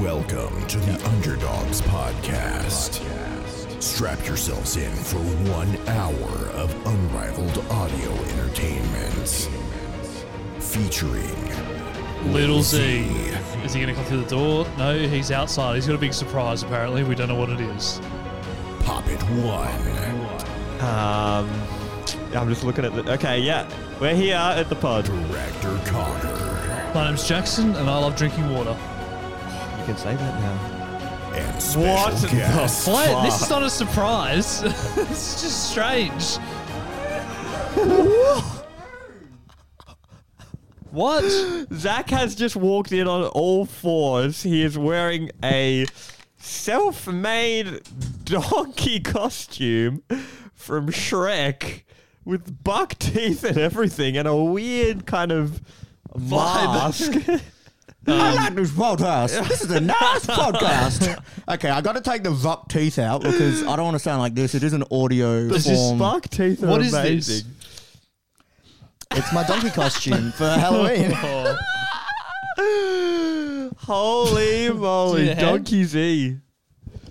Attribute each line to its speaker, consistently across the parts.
Speaker 1: Welcome to the Underdogs Podcast. Strap yourselves in for one hour of unrivaled audio entertainment. Featuring
Speaker 2: Little Z. Is he going to come through the door? No, he's outside. He's got a big surprise, apparently. We don't know what it is.
Speaker 1: Pop It One,
Speaker 3: Um, I'm just looking at the. Okay, yeah, we're here at the pod. You
Speaker 1: Director Connor,
Speaker 2: My name's Jackson, and I love drinking water.
Speaker 3: can say that now.
Speaker 1: and special
Speaker 3: What the
Speaker 1: guest,
Speaker 3: fu-
Speaker 2: What? This
Speaker 3: Fuck.
Speaker 2: is not a surprise. it's just strange. what?
Speaker 3: Zach has just walked in on all fours. He is wearing a self-made donkey costume from Shrek with buck teeth and everything, and a weird kind of mask.
Speaker 4: I like this podcast. This is a nice podcast. Okay, I got to take the Vuck teeth out because I don't want to sound like this. It is an audio
Speaker 3: This is
Speaker 4: form.
Speaker 3: buck teeth. Are
Speaker 2: What is
Speaker 3: amazing.
Speaker 2: this?
Speaker 4: It's my donkey costume for Halloween.
Speaker 2: Oh,
Speaker 3: Holy moly,
Speaker 2: your head?
Speaker 3: Donkey Z.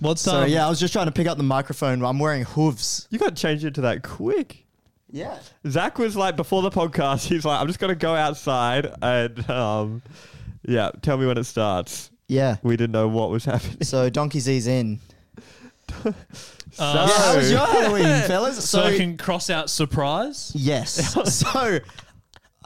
Speaker 2: what's
Speaker 4: So
Speaker 2: up?
Speaker 4: yeah, I was just trying to pick up the microphone. I'm wearing hooves.
Speaker 3: You got to change it to that quick.
Speaker 4: Yeah.
Speaker 3: Zach was like before the podcast. He's like, I'm just gonna go outside and um, yeah, tell me when it starts.
Speaker 4: Yeah.
Speaker 3: We didn't know what was happening.
Speaker 4: So Donkey Z's in.
Speaker 2: Uh,
Speaker 3: So-
Speaker 4: Yeah, how was your Halloween, fellas?
Speaker 2: so I can cross out surprise.
Speaker 4: Yes. so,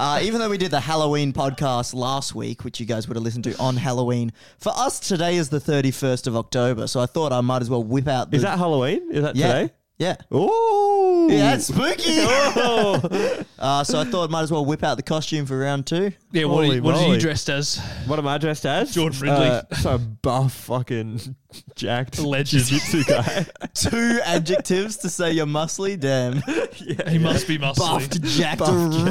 Speaker 4: uh, even though we did the Halloween podcast last week, which you guys would have listened to on Halloween, for us today is the 31st of October. So I thought I might as well whip out. The,
Speaker 3: Is that Halloween? Is that
Speaker 4: yeah,
Speaker 3: today?
Speaker 4: Yeah.
Speaker 3: Ooh,
Speaker 4: Yeah, it's spooky.
Speaker 3: Oh.
Speaker 4: uh, so I thought might as well whip out the costume for round two.
Speaker 2: Yeah, what, are
Speaker 3: Holy
Speaker 2: you, what are you
Speaker 3: moly.
Speaker 2: dressed as?
Speaker 3: what am I dressed as?
Speaker 2: Jordan Ridley.
Speaker 3: so buff, fucking jacked,
Speaker 2: Legend.
Speaker 3: jiu-jitsu guy.
Speaker 4: Two adjectives to say you're muscly. Damn.
Speaker 2: He must be muscly.
Speaker 4: Buffed, jacked,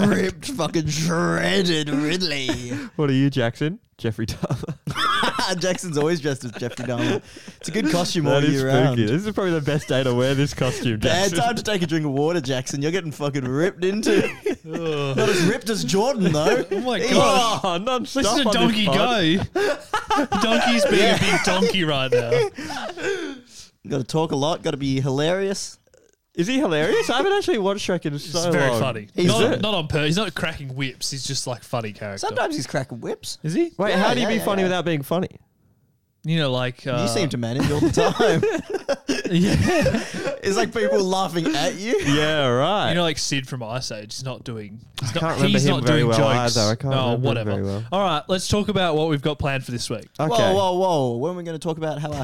Speaker 4: ripped, fucking shredded Ridley.
Speaker 3: what are you, Jackson? Jeffrey Dahmer.
Speaker 4: Jackson's always dressed as Jeffrey Dahmer. It's a good costume all
Speaker 3: That is
Speaker 4: year
Speaker 3: spooky.
Speaker 4: round.
Speaker 3: This is probably the best day to wear this costume,
Speaker 4: Bad
Speaker 3: Jackson.
Speaker 4: time to take a drink of water, Jackson. You're getting fucking ripped into. Not as ripped as Jordan, though.
Speaker 2: Oh my god.
Speaker 3: Oh, non-stop
Speaker 2: Listen to
Speaker 3: on
Speaker 2: Donkey
Speaker 3: this pod.
Speaker 2: go. Donkey's being a big donkey right now.
Speaker 4: Got to talk a lot. Got to be hilarious.
Speaker 3: Is he hilarious? I haven't actually watched Shrek in
Speaker 2: It's
Speaker 3: so
Speaker 2: very
Speaker 3: long.
Speaker 2: funny.
Speaker 4: He's
Speaker 2: not,
Speaker 4: there.
Speaker 2: not on purpose. He's not cracking whips. He's just like funny character.
Speaker 4: Sometimes he's cracking whips.
Speaker 2: is he?
Speaker 3: Wait,
Speaker 4: Yeah,
Speaker 3: how do you
Speaker 4: yeah,
Speaker 3: be
Speaker 4: yeah,
Speaker 3: funny
Speaker 4: yeah.
Speaker 3: without being funny?
Speaker 2: You know, like uh,
Speaker 4: You seem to manage all the time.
Speaker 2: yeah.
Speaker 4: it's like people laughing at you.
Speaker 3: Yeah, right.
Speaker 2: You know, like Sid from Ice Age. He's not doing. He's not,
Speaker 3: can't remember
Speaker 2: he's
Speaker 3: him
Speaker 2: not
Speaker 3: very
Speaker 2: doing
Speaker 3: well
Speaker 2: jokes.
Speaker 3: either. I can't
Speaker 2: oh,
Speaker 3: remember him
Speaker 2: whatever.
Speaker 3: very well. Uh,
Speaker 2: All right, let's talk about what we've got planned for this week.
Speaker 3: okay.
Speaker 4: Whoa, whoa, whoa! When we going to talk about how our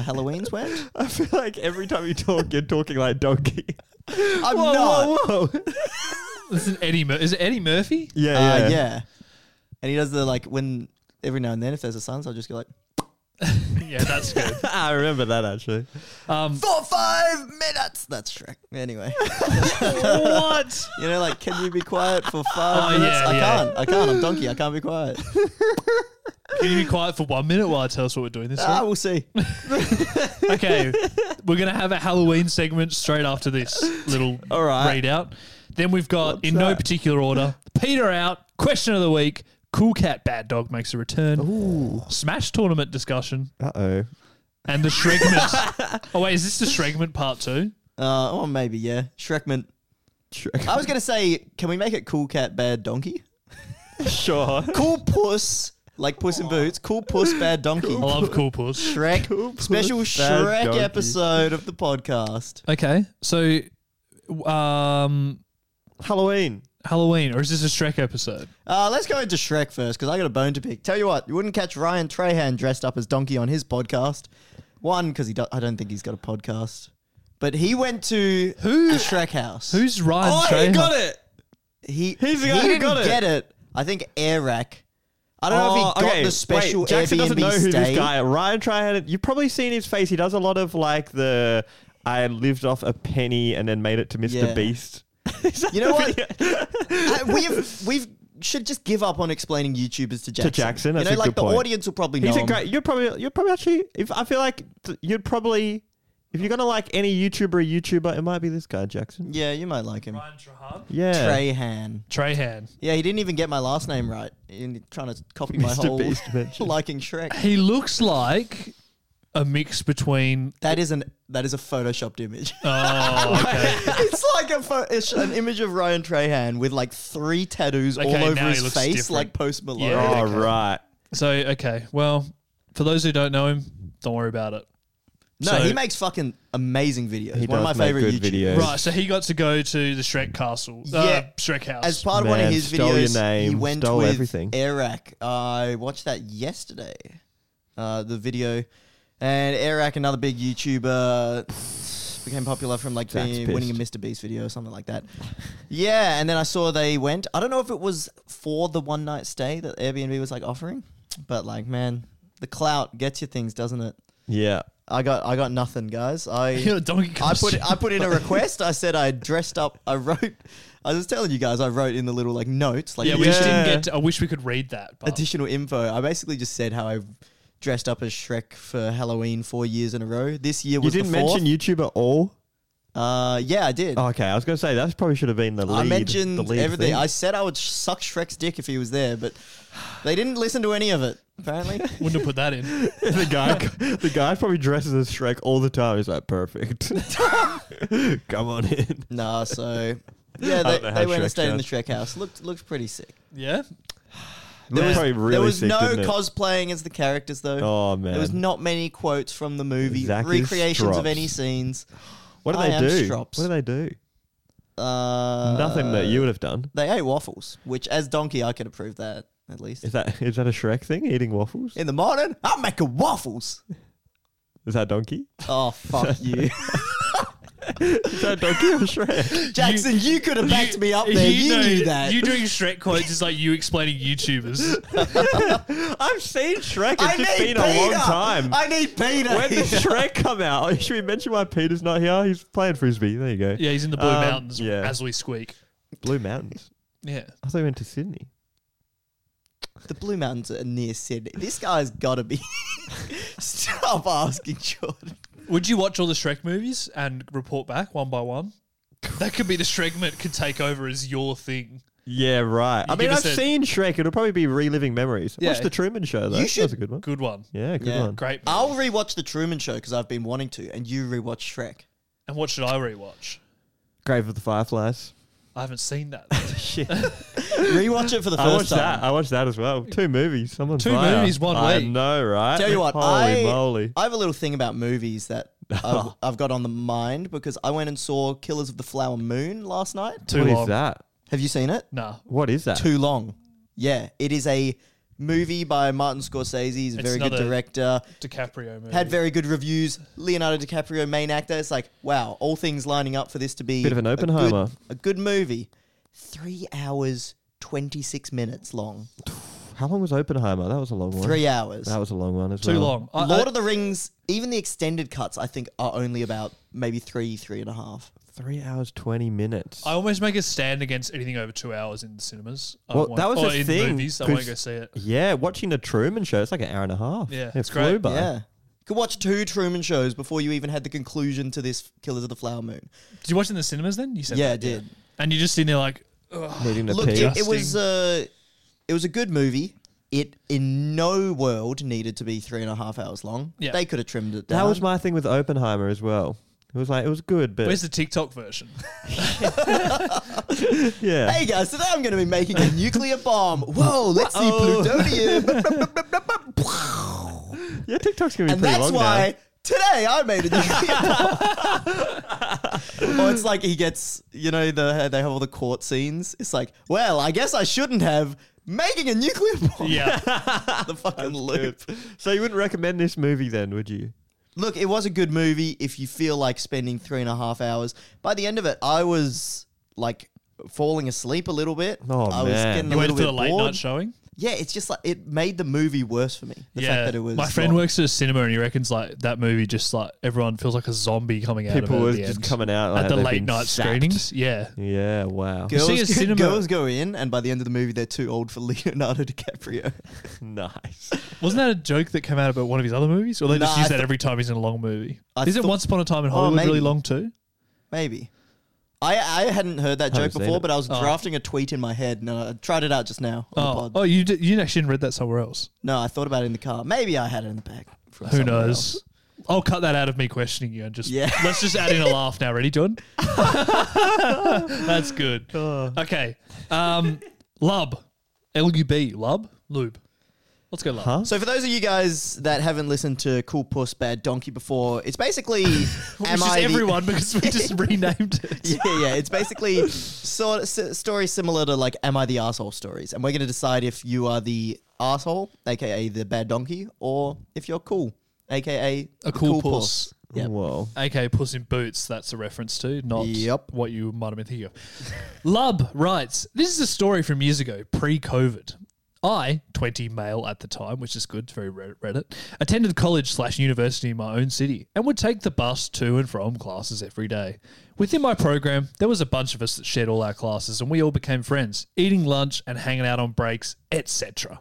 Speaker 4: Halloween's went?
Speaker 3: I feel like every time you talk, you're talking like donkey.
Speaker 4: I'm
Speaker 3: whoa,
Speaker 4: not.
Speaker 3: whoa, whoa.
Speaker 2: This is Eddie. Mur- is it Eddie Murphy?
Speaker 3: yeah,
Speaker 4: Uh,
Speaker 3: yeah.
Speaker 4: yeah. And he does the like when every now and then if there's a suns, I'll just go like
Speaker 2: yeah, that's good.
Speaker 3: I remember that actually.
Speaker 2: Um,
Speaker 4: four five minutes. That's Shrek. Anyway,
Speaker 2: what?
Speaker 4: you know, like can you be quiet for
Speaker 2: Oh,
Speaker 4: five
Speaker 2: yeah,
Speaker 4: minutes? I
Speaker 2: yeah.
Speaker 4: can't. I can't. I'm donkey. I can't be quiet.
Speaker 2: Can you be quiet for one minute while I tell us what we're doing this
Speaker 4: ah, we'll see.
Speaker 2: week? Okay, we're gonna have a Halloween segment straight after this little
Speaker 3: All right.
Speaker 2: readout. Then we've got, in no particular order, Peter out. Question of the week: Cool Cat Bad Dog makes a return. Smash tournament discussion.
Speaker 3: Uh oh.
Speaker 2: And the Shregment. oh wait, is this the Shregment part two?
Speaker 4: Uh, or maybe yeah. Shrekman. I was gonna say, can we make it cool cat bad donkey?
Speaker 3: Sure.
Speaker 4: Cool puss, like Puss in Boots. Cool puss bad donkey.
Speaker 2: I love Cool Puss.
Speaker 4: Shrek special
Speaker 3: bad
Speaker 4: Shrek
Speaker 3: donkey.
Speaker 4: episode of the podcast.
Speaker 2: Okay, so um,
Speaker 3: Halloween.
Speaker 2: Halloween, or is this a Shrek episode?
Speaker 4: Uh, let's go into Shrek first because I got a bone to pick. Tell you what, you wouldn't catch Ryan Trahan dressed up as Donkey on his podcast. One, because he do- I don't think he's got a podcast, but he went to who Shrek house.
Speaker 2: Who's
Speaker 4: Oh,
Speaker 2: Ryan? Trahan?
Speaker 3: it.
Speaker 4: he?
Speaker 3: He's the guy
Speaker 4: he
Speaker 3: who
Speaker 4: didn't
Speaker 3: got it.
Speaker 4: get it. I think Airac I don't know if
Speaker 3: Oh,
Speaker 4: he got
Speaker 3: okay.
Speaker 4: the special
Speaker 3: Wait, Jackson
Speaker 4: Airbnb
Speaker 3: doesn't know who
Speaker 4: stay.
Speaker 3: this guy. Ryan Trihan. You've probably seen his face. He does a lot of like the I lived off a penny and then made it to Mr.
Speaker 4: Yeah.
Speaker 3: Beast.
Speaker 4: You know what? Uh, we've we've should just give up on explaining YouTubers to Jackson.
Speaker 3: Jackson,
Speaker 4: you
Speaker 3: that's
Speaker 4: know,
Speaker 3: a
Speaker 4: like
Speaker 3: good
Speaker 4: the
Speaker 3: point.
Speaker 4: audience will probably know.
Speaker 3: He's a
Speaker 4: him.
Speaker 3: great. You're probably. You're probably actually. If I feel like th- you'd probably. If you're gonna like any YouTuber, or YouTuber, it might be this guy Jackson.
Speaker 4: Yeah, you might like him.
Speaker 3: Yeah.
Speaker 4: Trahan.
Speaker 2: Trahan.
Speaker 4: Yeah, he didn't even get my last name right in trying to copy my
Speaker 3: Mr.
Speaker 4: whole
Speaker 3: Beast mention.
Speaker 4: liking Shrek.
Speaker 2: He looks like a mix between.
Speaker 4: That is an that is a photoshopped image.
Speaker 2: Oh, okay.
Speaker 4: it's like a pho- it's an image of Ryan Trahan with like three tattoos
Speaker 2: Okay,
Speaker 4: all over
Speaker 2: now he
Speaker 4: his
Speaker 2: looks
Speaker 4: face,
Speaker 2: different.
Speaker 4: like Post Malone.
Speaker 2: Yeah.
Speaker 3: All Oh, right.
Speaker 2: so okay. Well, for those who don't know him, don't worry about it.
Speaker 4: No,
Speaker 2: So-
Speaker 4: he makes fucking amazing videos.
Speaker 3: He
Speaker 4: One of my
Speaker 3: does make
Speaker 4: favorite
Speaker 3: good
Speaker 4: YouTubers.
Speaker 3: videos.
Speaker 2: Right. So he got to go to the Shrek Castle. Uh,
Speaker 4: Yeah.
Speaker 2: Shrek House.
Speaker 4: As part of one of
Speaker 3: Man,
Speaker 4: his
Speaker 3: stole your
Speaker 4: videos, he
Speaker 3: name,
Speaker 4: went
Speaker 3: stole
Speaker 4: with
Speaker 3: everything.
Speaker 4: Eric. I watched that yesterday, uh, the video, and Eric, another big YouTuber, became popular from like
Speaker 3: Jack's
Speaker 4: being, winning a Mr. Beast video or something like that. yeah, and then I saw they went. I don't know if it was for the one night stay that Airbnb was like offering, but like man, the clout gets you things, doesn't it?
Speaker 3: Yeah.
Speaker 4: I got I got nothing, guys. I
Speaker 2: You're a donkey
Speaker 4: I put
Speaker 2: costume.
Speaker 4: I put in a request. I said I dressed up. I wrote. I was telling you guys. I wrote in the little like notes, like
Speaker 2: yeah, we just didn't
Speaker 3: Yeah.
Speaker 2: get. To, I wish we could read that. But
Speaker 4: additional info. I basically just said how I dressed up as Shrek for Halloween four years in a row. This year
Speaker 3: You
Speaker 4: was
Speaker 3: didn't
Speaker 4: the fourth.
Speaker 3: mention YouTube at all. Oh,
Speaker 4: Uh, yeah, I did.
Speaker 3: Okay, I was gonna say that probably should have been the lead.
Speaker 4: I mentioned
Speaker 3: the lead
Speaker 4: everything.
Speaker 3: thing.
Speaker 4: I said I would sh- suck Shrek's dick if he was there, but they didn't listen to any of it. Apparently,
Speaker 2: wouldn't have put that in.
Speaker 3: the guy, the guy probably dresses as Shrek all the time. He's like, perfect. Come on in.
Speaker 4: nah. So yeah,
Speaker 3: don't
Speaker 4: they,
Speaker 3: know how
Speaker 4: they went
Speaker 3: Shrek
Speaker 4: and stayed in the
Speaker 3: sounds.
Speaker 4: Shrek house. looked looked pretty sick.
Speaker 2: Yeah.
Speaker 3: There was, probably really
Speaker 4: there was
Speaker 3: sick,
Speaker 4: no
Speaker 3: didn't it?
Speaker 4: cosplaying as the characters though.
Speaker 3: Oh, man.
Speaker 4: there was not many quotes from the movie,
Speaker 3: Zack is
Speaker 4: recreations of
Speaker 3: Strops.
Speaker 4: any scenes.
Speaker 3: What do
Speaker 4: I
Speaker 3: they
Speaker 4: am
Speaker 3: do?
Speaker 4: Strops.
Speaker 3: What do they do?
Speaker 4: Uh,
Speaker 3: Nothing that you would have done.
Speaker 4: They ate waffles, which as donkey I could approve that at least.
Speaker 3: Is that is that a Shrek thing? Eating waffles?
Speaker 4: In the morning, I'm making waffles.
Speaker 3: Is that donkey?
Speaker 4: Oh fuck you,
Speaker 3: Is that donkey or Shrek?
Speaker 4: Jackson! You, could have backed me up there. You,
Speaker 2: know-
Speaker 4: knew that.
Speaker 2: You doing Shrek quotes is like you explaining YouTubers.
Speaker 3: I've seen Shrek. It's
Speaker 4: I need
Speaker 3: just been
Speaker 4: Peter.
Speaker 3: a long time.
Speaker 4: I need Peter.
Speaker 3: when did Shrek come out? Should we mention why Peter's not here? He's playing frisbee. There you go.
Speaker 2: Yeah, he's in the Blue
Speaker 3: Um,
Speaker 2: Mountains
Speaker 3: yeah.
Speaker 2: as we squeak.
Speaker 3: Blue Mountains.
Speaker 2: Yeah.
Speaker 3: I thought he went to Sydney.
Speaker 4: the Blue Mountains are near Sydney. This guy's got to be. Stop asking, Jordan.
Speaker 2: Would you watch all the Shrek movies and report back one by one? That could be the Shregment could take over as your thing.
Speaker 3: Yeah, right. I
Speaker 2: You
Speaker 3: mean,
Speaker 2: give
Speaker 3: I've
Speaker 2: us a-
Speaker 3: seen Shrek. It'll probably be reliving memories.
Speaker 2: Yeah.
Speaker 3: Watch the Truman Show though.
Speaker 4: You
Speaker 3: That's a
Speaker 4: should-
Speaker 3: good one.
Speaker 2: Good one.
Speaker 3: Yeah, good
Speaker 4: Yeah.
Speaker 3: one.
Speaker 2: Great. movie.
Speaker 4: I'll rewatch The Truman Show because I've been wanting to, and you rewatch Shrek.
Speaker 2: And what should I rewatch?
Speaker 3: Grave of the Fireflies.
Speaker 2: I haven't seen that.
Speaker 3: Shit.
Speaker 4: Rewatch it for the
Speaker 3: I
Speaker 4: first
Speaker 3: watched that.
Speaker 4: time.
Speaker 3: I watched that as well. Two movies. Someone's
Speaker 2: Two
Speaker 3: fire.
Speaker 2: movies, one
Speaker 3: I
Speaker 2: week.
Speaker 3: know, right?
Speaker 4: Tell you what,
Speaker 3: Holy
Speaker 4: I,
Speaker 3: moly!
Speaker 4: I have a little thing about movies that I've, I've got on the mind because I went and saw Killers of the Flower Moon last night.
Speaker 2: Too
Speaker 3: What is
Speaker 2: long.
Speaker 3: that?
Speaker 4: Have you seen it?
Speaker 2: Nah.
Speaker 3: What is that?
Speaker 4: Too long. Yeah, it is a movie by Martin Scorsese. He's a
Speaker 2: It's
Speaker 4: very good
Speaker 2: another-
Speaker 4: director.
Speaker 2: DiCaprio movie.
Speaker 4: Had very good reviews. Leonardo DiCaprio, main actor. It's like, wow, all things lining up for this to be
Speaker 3: Bit of an
Speaker 4: a good-
Speaker 3: Oppenheimer.
Speaker 4: A good, movie. Three hours, 26 minutes long.
Speaker 3: How long was Oppenheimer? That was a long one.
Speaker 4: Three hours.
Speaker 3: That was a long one as
Speaker 2: Too
Speaker 3: well.
Speaker 2: long. I,
Speaker 4: Lord
Speaker 2: I-
Speaker 4: of the Rings, even the extended cuts, I think, are only about maybe three, three and a half.
Speaker 3: Three hours twenty minutes.
Speaker 2: I almost make a stand against anything over two hours in the cinemas. I
Speaker 3: Well,
Speaker 2: won't-
Speaker 3: that was
Speaker 2: or
Speaker 3: a
Speaker 2: Oh, in
Speaker 3: thing,
Speaker 2: movies. I won't
Speaker 3: 'cause-
Speaker 2: go see it.
Speaker 3: yeah, watching the Truman Show. It's like an hour and a half.
Speaker 2: Yeah,
Speaker 3: it
Speaker 2: it's
Speaker 3: flew
Speaker 2: great.
Speaker 3: by.
Speaker 4: Yeah. You could watch two Truman shows before you even had the conclusion to this Killers of the Flower Moon.
Speaker 2: Did you watch it in the cinemas then? You said
Speaker 4: Yeah, I
Speaker 2: that,
Speaker 4: did.
Speaker 2: And you're just sitting there like, ugh.
Speaker 3: Needing to
Speaker 4: Look,
Speaker 3: pee.
Speaker 4: it, it was uh, it was a good movie. It in no world needed to be three and a half hours long.
Speaker 2: Yeah.
Speaker 4: They could have trimmed it down.
Speaker 3: that was my thing with Oppenheimer as well. It was like it was good, but
Speaker 2: Where's the TikTok version?
Speaker 3: yeah,
Speaker 4: Hey guys, today I'm going to be making a nuclear bomb. Whoa, let's see plutonium.
Speaker 3: yeah. TikTok's gonna be
Speaker 4: and
Speaker 3: pretty
Speaker 4: that's
Speaker 3: long
Speaker 4: why today I made a nuclear bomb. or it's like he gets, you know, the they have all the court scenes. It's like, well, I guess I shouldn't have making a nuclear bomb.
Speaker 2: yeah.
Speaker 4: the fucking
Speaker 3: now.
Speaker 4: loop.
Speaker 3: So you wouldn't recommend this movie then, would you?
Speaker 4: Look, it was a good movie. If you feel like spending three and a half hours, by the end of it, I was like falling asleep a little bit.
Speaker 3: Oh,
Speaker 4: I was
Speaker 3: man.
Speaker 4: getting
Speaker 3: You
Speaker 4: a
Speaker 2: Waited
Speaker 4: little
Speaker 2: for
Speaker 4: bit
Speaker 2: the late
Speaker 4: bored.
Speaker 2: night showing.
Speaker 4: yeah, it's just like it made the movie worse for me. The
Speaker 2: yeah,
Speaker 4: fact that it was
Speaker 2: my friend
Speaker 4: long.
Speaker 2: works at a cinema, and he reckons like that movie just like everyone feels like a zombie coming out.
Speaker 3: People
Speaker 2: of it
Speaker 3: were
Speaker 2: at the
Speaker 3: just
Speaker 2: end.
Speaker 3: coming out like
Speaker 2: at the
Speaker 3: they've
Speaker 2: late
Speaker 3: been
Speaker 2: night
Speaker 3: sapped.
Speaker 2: screenings. Yeah,
Speaker 3: Yeah, wow.
Speaker 2: You
Speaker 4: Girls,
Speaker 2: see a
Speaker 4: go-
Speaker 2: cinema-
Speaker 4: girls go in, and by the end of the movie, they're too old for Leonardo DiCaprio.
Speaker 3: nice.
Speaker 2: wasn't that a joke that came out about one of his other movies? Or they just
Speaker 4: Nah, I
Speaker 2: use that
Speaker 4: thought-
Speaker 2: every time he's in a long movie?
Speaker 4: I
Speaker 2: Isn't
Speaker 4: thought-
Speaker 2: Once Upon a Time in
Speaker 4: Oh,
Speaker 2: Hollywood really
Speaker 4: maybe.
Speaker 2: long too?
Speaker 4: Maybe. I, I hadn't heard that joke
Speaker 3: Haven't seen
Speaker 4: before,
Speaker 3: it.
Speaker 4: but I was
Speaker 2: Oh.
Speaker 4: drafting a tweet in my head, and I tried it out just now on the
Speaker 2: Oh,
Speaker 4: pod.
Speaker 2: oh, you did, you actually didn't read that somewhere else.
Speaker 4: No, I thought about it in the car. Maybe I had it in the bag. from
Speaker 2: Who
Speaker 4: somewhere
Speaker 2: knows?
Speaker 4: else.
Speaker 2: I'll cut that out of me questioning you and just
Speaker 4: Yeah.
Speaker 2: let's just add in a laugh now. Ready, John? That's good. Okay. Um, lub, L U B, lub, lube. Let's go lub.
Speaker 3: Huh?
Speaker 4: So for those of you guys that haven't listened to Cool Puss Bad Donkey before, it's basically
Speaker 2: Which
Speaker 4: Am
Speaker 2: is
Speaker 4: I the-
Speaker 2: everyone because we just renamed it.
Speaker 4: yeah, yeah. It's basically sort of s- story similar to like "Am I the asshole?" stories, and we're going to decide if you are the asshole, aka the bad donkey, or if you're cool, aka
Speaker 2: A
Speaker 4: the
Speaker 2: cool,
Speaker 4: puss.
Speaker 2: puss.
Speaker 4: Yep.
Speaker 3: Whoa.
Speaker 2: aka Puss in Boots, that's a reference to, not
Speaker 4: Yep.
Speaker 2: what you might have been thinking of. Lub writes, This is a story from years ago, pre COVID. I, 20 male at the time, which is good, it's very Re- Reddit, attended college slash university in my own city and would take the bus to and from classes every day. Within my program, there was a bunch of us that shared all our classes and we all became friends, eating lunch and hanging out on breaks, etc.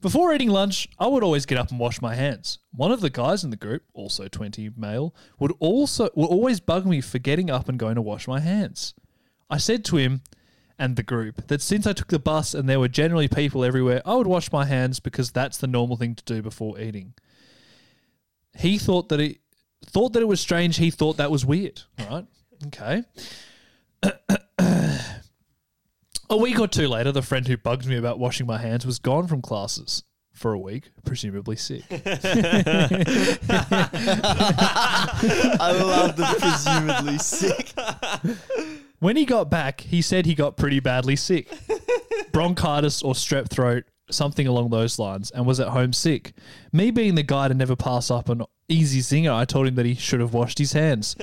Speaker 2: Before eating lunch, I would always get up and wash my hands. One of the guys in the group, also 20 male, would also would always bug me for getting up and going to wash my hands. I said to him and the group that since I took the bus and there were generally people everywhere, I would wash my hands because that's the normal thing to do before eating. He thought that it thought that it was strange, he thought that was weird, right? Okay. A week or two later, the friend who bugged me about washing my hands was gone from classes for a week, presumably sick.
Speaker 4: I love the presumably sick.
Speaker 2: When he got back, he said he got pretty badly sick bronchitis or strep throat, something along those lines, and was at home sick. Me being the guy to never pass up an easy zinger, I told him that he should have washed his hands.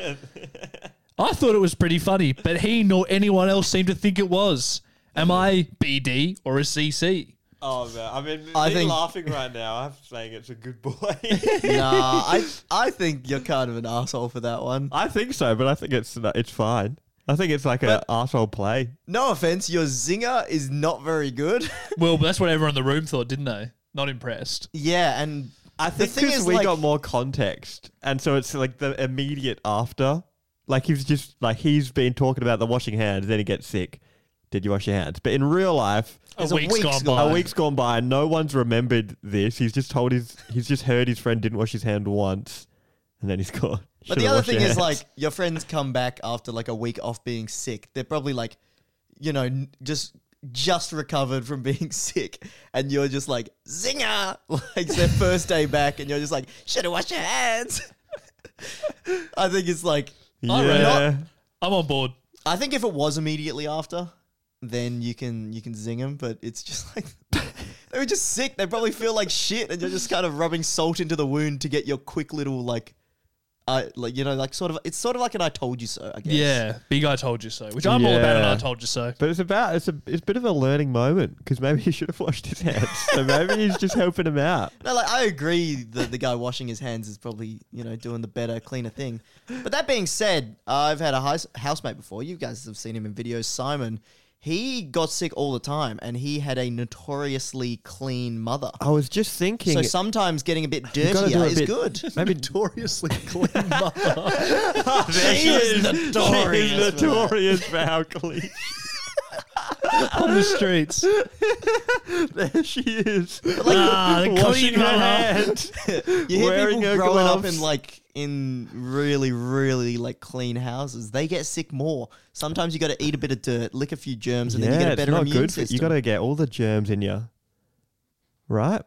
Speaker 2: I thought it was pretty funny, but he nor anyone else seemed to think it was. Am I BD or a CC?
Speaker 3: Oh man, I mean,
Speaker 4: I
Speaker 3: me
Speaker 4: think-
Speaker 3: laughing right now. I'm saying it's a good boy.
Speaker 4: Nah, I I think you're kind of an asshole for that one.
Speaker 3: I think so, but I think it's it's fine. I think it's like an asshole play.
Speaker 4: No offense, your zinger is not very good.
Speaker 2: Well, that's what everyone in the room thought, didn't they? Not impressed.
Speaker 4: yeah, and
Speaker 3: I think
Speaker 4: thing
Speaker 3: because
Speaker 4: is,
Speaker 3: we
Speaker 4: like-
Speaker 3: got more context, and so it's like the immediate after. Like he's just like he's been talking about the washing hands, then he gets sick. Did you wash your hands? But in real life,
Speaker 2: A
Speaker 4: It's a
Speaker 2: week's
Speaker 4: week's
Speaker 2: gone
Speaker 4: gone-
Speaker 2: by.
Speaker 3: a week's gone by, and no one's remembered this. He's just told his he's just heard his friend didn't wash his hand once, and then he's gone.
Speaker 4: But the other thing is like your friends come back after like a week off being sick. They're probably like, you know, n- just just recovered from being sick, and you're just like zinger, like it's their first day back, and you're just like should have washed your hands. I think it's like
Speaker 2: I read
Speaker 3: yeah.
Speaker 2: I'm on board.
Speaker 4: I think if it was immediately after, then you can you can zing them, but it's just like. They were just sick. They probably feel like shit, and you're just kind of rubbing salt into the wound to get your quick little like, uh, like you know, like sort of. It's sort of like an "I told you so." I guess.
Speaker 2: Yeah, big I told you so, which I'm all about and
Speaker 3: Yeah.
Speaker 2: I told you so.
Speaker 3: But it's about it's a it's a bit of a learning moment because maybe he should have washed his hands. so maybe he's just helping him out.
Speaker 4: No, like I agree that the guy washing his hands is probably you know doing the better, cleaner thing. But that being said, I've had a house- housemate before. You guys have seen him in videos. Simon, he got sick all the time, and he had a notoriously clean mother.
Speaker 3: I was just thinking.
Speaker 4: So sometimes getting a bit
Speaker 3: you gotta
Speaker 4: dirtier
Speaker 3: do a
Speaker 4: is
Speaker 3: bit-
Speaker 4: good.
Speaker 3: Maybe
Speaker 2: Notoriously clean mother.
Speaker 4: She is notorious.
Speaker 3: She is notorious for how clean
Speaker 2: on the streets.
Speaker 3: she is.
Speaker 2: ah, the
Speaker 3: Washing
Speaker 2: clean
Speaker 3: her
Speaker 2: mother.
Speaker 3: hands.
Speaker 4: You hear
Speaker 3: Wearing
Speaker 4: people
Speaker 3: her
Speaker 4: growing up
Speaker 3: gloves.
Speaker 4: in like in really, really like clean houses. They get sick more. Sometimes you got to eat a bit of dirt, lick a few germs, and then you get a
Speaker 3: it's
Speaker 4: better
Speaker 3: not
Speaker 4: immune
Speaker 3: good for-
Speaker 4: system.
Speaker 3: You got to get all the germs in you, right?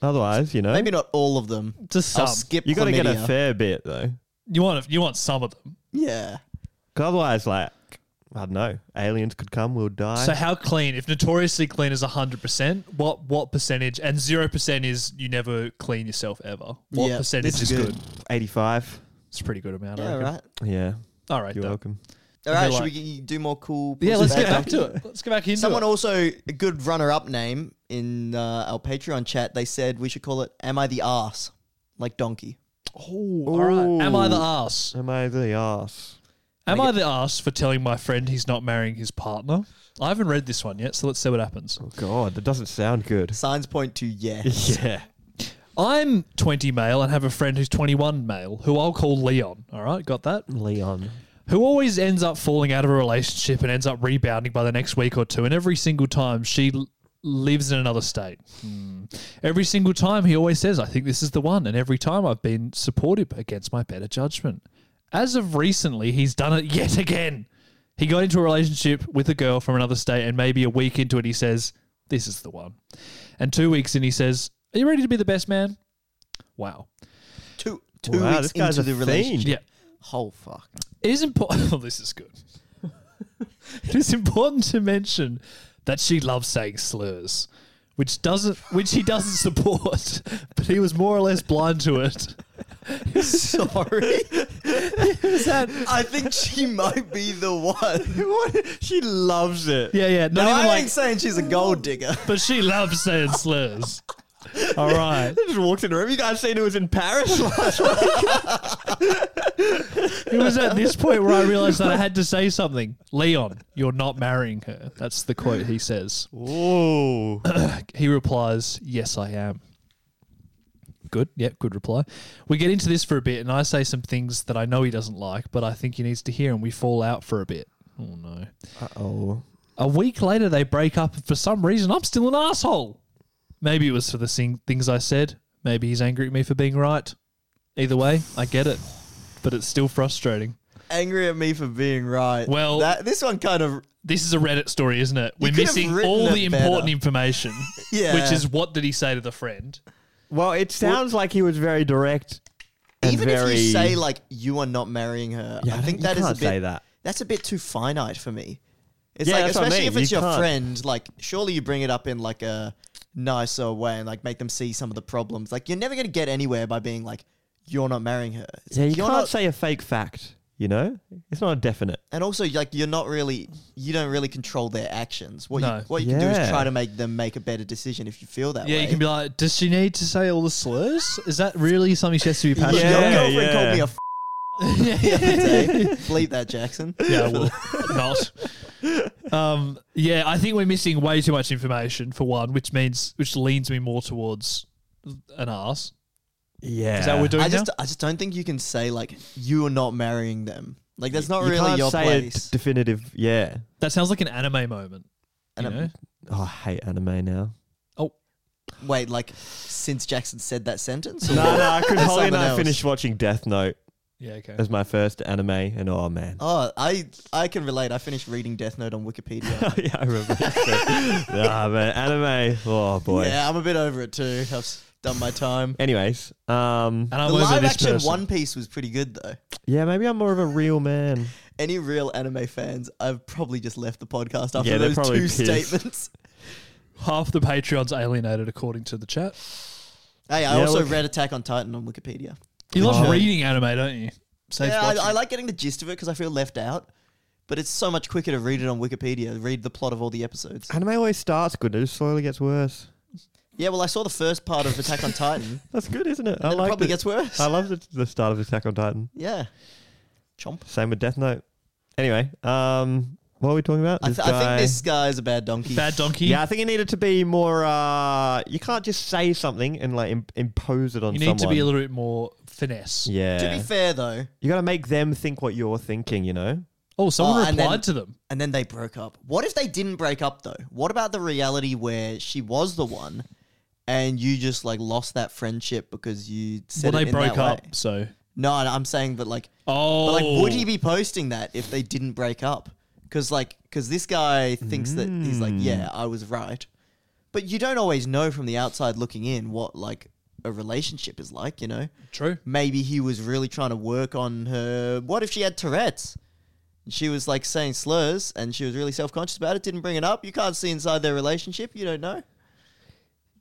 Speaker 3: Otherwise, you know,
Speaker 4: Maybe not all of them.
Speaker 2: Just
Speaker 4: I'll
Speaker 2: some.
Speaker 4: skip.
Speaker 3: you got to get a
Speaker 4: chlamydia.
Speaker 3: fair bit though.
Speaker 2: You want you want some of them.
Speaker 4: Yeah.
Speaker 3: 'Cause otherwise, like I don't know, aliens could come, we'll die.
Speaker 2: So how clean? If notoriously clean is hundred percent, what what percentage? And zero percent is you never clean yourself ever. What
Speaker 4: Yeah,
Speaker 2: percentage
Speaker 4: this
Speaker 2: is
Speaker 4: is
Speaker 2: good.
Speaker 4: good.
Speaker 3: Eighty-five.
Speaker 2: It's a pretty good amount. I
Speaker 4: Yeah.
Speaker 2: reckon.
Speaker 4: Right.
Speaker 3: Yeah,
Speaker 2: All right.
Speaker 3: you're
Speaker 2: though.
Speaker 3: welcome.
Speaker 4: All right,
Speaker 2: They're
Speaker 4: should
Speaker 2: like-
Speaker 4: we do more cool?
Speaker 2: Yeah, let's
Speaker 4: pushback?
Speaker 2: get back to it. Let's get back into
Speaker 4: Someone
Speaker 2: it.
Speaker 4: also a good runner-up name in uh, our Patreon chat. They said we should call it "Am I the Arse?" Like donkey.
Speaker 2: all right. Am I the ass?
Speaker 3: Am I the ass?
Speaker 2: Am I the ass for telling my friend he's not marrying his partner? I haven't read this one yet, so let's see what happens.
Speaker 3: Oh, God, that doesn't sound good.
Speaker 4: Signs point to yes.
Speaker 3: Yeah.
Speaker 2: I'm 20 male and have a friend who's 21 male, who I'll call Leon. All right, got that?
Speaker 3: Leon.
Speaker 2: Who always ends up falling out of a relationship and ends up rebounding by the next week or two. And every single time she l- lives in another state. Hmm. Every single time he always says, I think this is the one. And every time I've been supportive against my better judgment. As of recently, he's done it yet again. He got into a relationship with a girl from another state, and maybe a week into it, he says, This is the one. And two weeks in, he says, Are you ready to be the best man? Wow.
Speaker 4: Two two
Speaker 3: Wow,
Speaker 4: weeks
Speaker 3: this guy's
Speaker 4: into
Speaker 3: a
Speaker 4: the
Speaker 3: fiend.
Speaker 4: relationship.
Speaker 2: Yeah.
Speaker 4: Oh fuck!
Speaker 2: It is important. Oh, this is good. it is important to mention that she loves saying slurs, which doesn't, which he doesn't support. But he was more or less blind to it.
Speaker 4: Sorry. I think she might be the one.
Speaker 3: She loves it.
Speaker 2: Yeah, yeah.
Speaker 4: No,
Speaker 2: Not
Speaker 4: I
Speaker 2: even like,
Speaker 4: ain't saying she's a gold digger.
Speaker 2: but she loves saying slurs. All right.
Speaker 3: They just walked in the room. You guys seen who was in Paris last week?
Speaker 2: It was at this point where I realized that I had to say something. Leon, you're not marrying her. That's the quote he says.
Speaker 3: Ooh.
Speaker 2: He replies, Yes, I am. Good. Yeah, good reply. We get into this for a bit, and I say some things that I know he doesn't like, but I think he needs to hear, and we fall out for a bit. Oh, no.
Speaker 3: Oh.
Speaker 2: A week later, they break up, and for some reason, I'm still an asshole. Maybe it was for the sing- things I said. Maybe he's angry at me for being right. Either way, I get it, but it's still frustrating.
Speaker 4: Angry at me for being right.
Speaker 2: Well-
Speaker 4: that, this one kind of
Speaker 2: This is a Reddit story, isn't it? We're
Speaker 4: could have
Speaker 2: missing
Speaker 4: written
Speaker 2: all
Speaker 4: it
Speaker 2: the important
Speaker 4: better.
Speaker 2: information,
Speaker 4: Yeah.
Speaker 2: which is what did he say to the friend?
Speaker 3: Well, it sounds like he was very direct. And
Speaker 4: even
Speaker 3: very...
Speaker 4: if you say like you are not marrying her,
Speaker 3: Yeah, I
Speaker 4: I
Speaker 3: don't-
Speaker 4: think
Speaker 3: you
Speaker 4: that is
Speaker 3: can't
Speaker 4: a bit
Speaker 3: say that.
Speaker 4: that's a bit too finite for me. It's
Speaker 3: Yeah,
Speaker 4: like
Speaker 3: that's what I
Speaker 4: especially
Speaker 3: mean.
Speaker 4: if it's
Speaker 3: You
Speaker 4: your
Speaker 3: can't-
Speaker 4: friend, like surely you bring it up in like a nicer way and like make them see some of the problems. Like you're never gonna get anywhere by being like you're not marrying her. It's
Speaker 3: Yeah,
Speaker 4: like,
Speaker 3: you
Speaker 4: you're
Speaker 3: can't
Speaker 4: not,
Speaker 3: say a fake fact, you know? It's not a definite.
Speaker 4: and also like you're not really you don't really control their actions. What
Speaker 2: No.
Speaker 4: you what you can do is
Speaker 3: Yeah.
Speaker 4: try to make them make a better decision if you feel that
Speaker 2: Yeah,
Speaker 4: way.
Speaker 2: you can be like, does she need to say all the slurs? Is that really something she has to be
Speaker 4: Like,
Speaker 2: passionate
Speaker 3: Yeah,
Speaker 4: your girlfriend
Speaker 3: yeah.
Speaker 4: called me a f- the other day. Bleep that, Jackson.
Speaker 2: Yeah, well, not. Um, yeah, I think we're missing way too much information for one, which means which leans me more towards an ass.
Speaker 3: Yeah.
Speaker 2: Is that what we're doing
Speaker 4: I just
Speaker 2: now?
Speaker 4: I just don't think you can say like you are not marrying them. Like that's not
Speaker 3: you
Speaker 4: really
Speaker 3: can't
Speaker 4: your
Speaker 3: say
Speaker 4: place.
Speaker 3: a definitive, yeah.
Speaker 2: That sounds like an anime moment. You
Speaker 4: Anime.
Speaker 2: know?
Speaker 3: Oh, I hate anime now.
Speaker 2: Oh,
Speaker 4: Wait, like since Jackson said that sentence?
Speaker 3: No, no, because Holly and
Speaker 4: something
Speaker 3: I
Speaker 4: else.
Speaker 3: finished watching Death Note
Speaker 2: yeah, okay.
Speaker 3: as my first anime, and oh man.
Speaker 4: Oh, I I can relate. I finished reading Death Note on Wikipedia.
Speaker 3: yeah, I remember. ah, man, anime. Oh boy.
Speaker 4: yeah, I'm a bit over it too. I've s- done my time.
Speaker 3: Anyways, um,
Speaker 2: And
Speaker 4: The
Speaker 2: I'm over
Speaker 4: live
Speaker 2: this
Speaker 4: action
Speaker 2: person.
Speaker 4: One Piece was pretty good though.
Speaker 3: yeah, maybe I'm more of a real man.
Speaker 4: Any real anime fans, I've probably just left the podcast after
Speaker 3: Yeah, they're
Speaker 4: those
Speaker 3: probably
Speaker 4: two
Speaker 3: pissed.
Speaker 4: statements.
Speaker 2: Half the Patreon's alienated, according to the chat.
Speaker 4: Hey, I
Speaker 3: Yeah,
Speaker 4: also
Speaker 3: look-
Speaker 4: read Attack on Titan on Wikipedia.
Speaker 2: You love
Speaker 4: Oh.
Speaker 2: reading anime, don't you? Saves
Speaker 4: Yeah,
Speaker 2: watching.
Speaker 4: I, I like getting the gist of it because I feel left out. But it's so much quicker to read it on Wikipedia, read the plot of all the episodes.
Speaker 3: Anime always starts good, it just slowly gets worse.
Speaker 4: Yeah, well, I saw the first part of Attack on Titan.
Speaker 3: That's good, isn't it? I
Speaker 4: and it
Speaker 3: like
Speaker 4: probably
Speaker 3: it.
Speaker 4: gets worse.
Speaker 3: I love the, the start of Attack on Titan.
Speaker 4: yeah. Chomp.
Speaker 3: Same with Death Note. Anyway, um, what are we talking about?
Speaker 4: I, th- I think this guy is a bad donkey.
Speaker 2: Bad donkey.
Speaker 3: Yeah, I think it needed to be more. Uh, you can't just say something and like Im- impose it on.
Speaker 2: you need to be a
Speaker 3: someone.
Speaker 2: little bit more finesse.
Speaker 3: Yeah.
Speaker 4: To be fair, though,
Speaker 3: you got to make them think what you're thinking. You know.
Speaker 2: Oh, someone
Speaker 4: Oh, and
Speaker 2: replied
Speaker 4: then-
Speaker 2: to them.
Speaker 4: and then they broke up. What if they didn't break up, though? What about the reality where she was the one and you just, like, lost that friendship because you
Speaker 2: Well,
Speaker 4: said it
Speaker 2: they
Speaker 4: in that
Speaker 2: broke up,
Speaker 4: way?
Speaker 2: so.
Speaker 4: No, no, I'm saying that, like,
Speaker 2: Oh,
Speaker 4: But like, would he be posting that if they didn't break up? Because like, because this guy thinks that he's
Speaker 2: Mm.
Speaker 4: like, yeah, I was right. But you don't always know from the outside looking in what like a relationship is like. You know,
Speaker 2: true?
Speaker 4: maybe he was really trying to work on her. What if she had Tourette's? She was like saying slurs, and she was really self conscious about it. Didn't bring it up. You can't see inside their relationship. You don't know.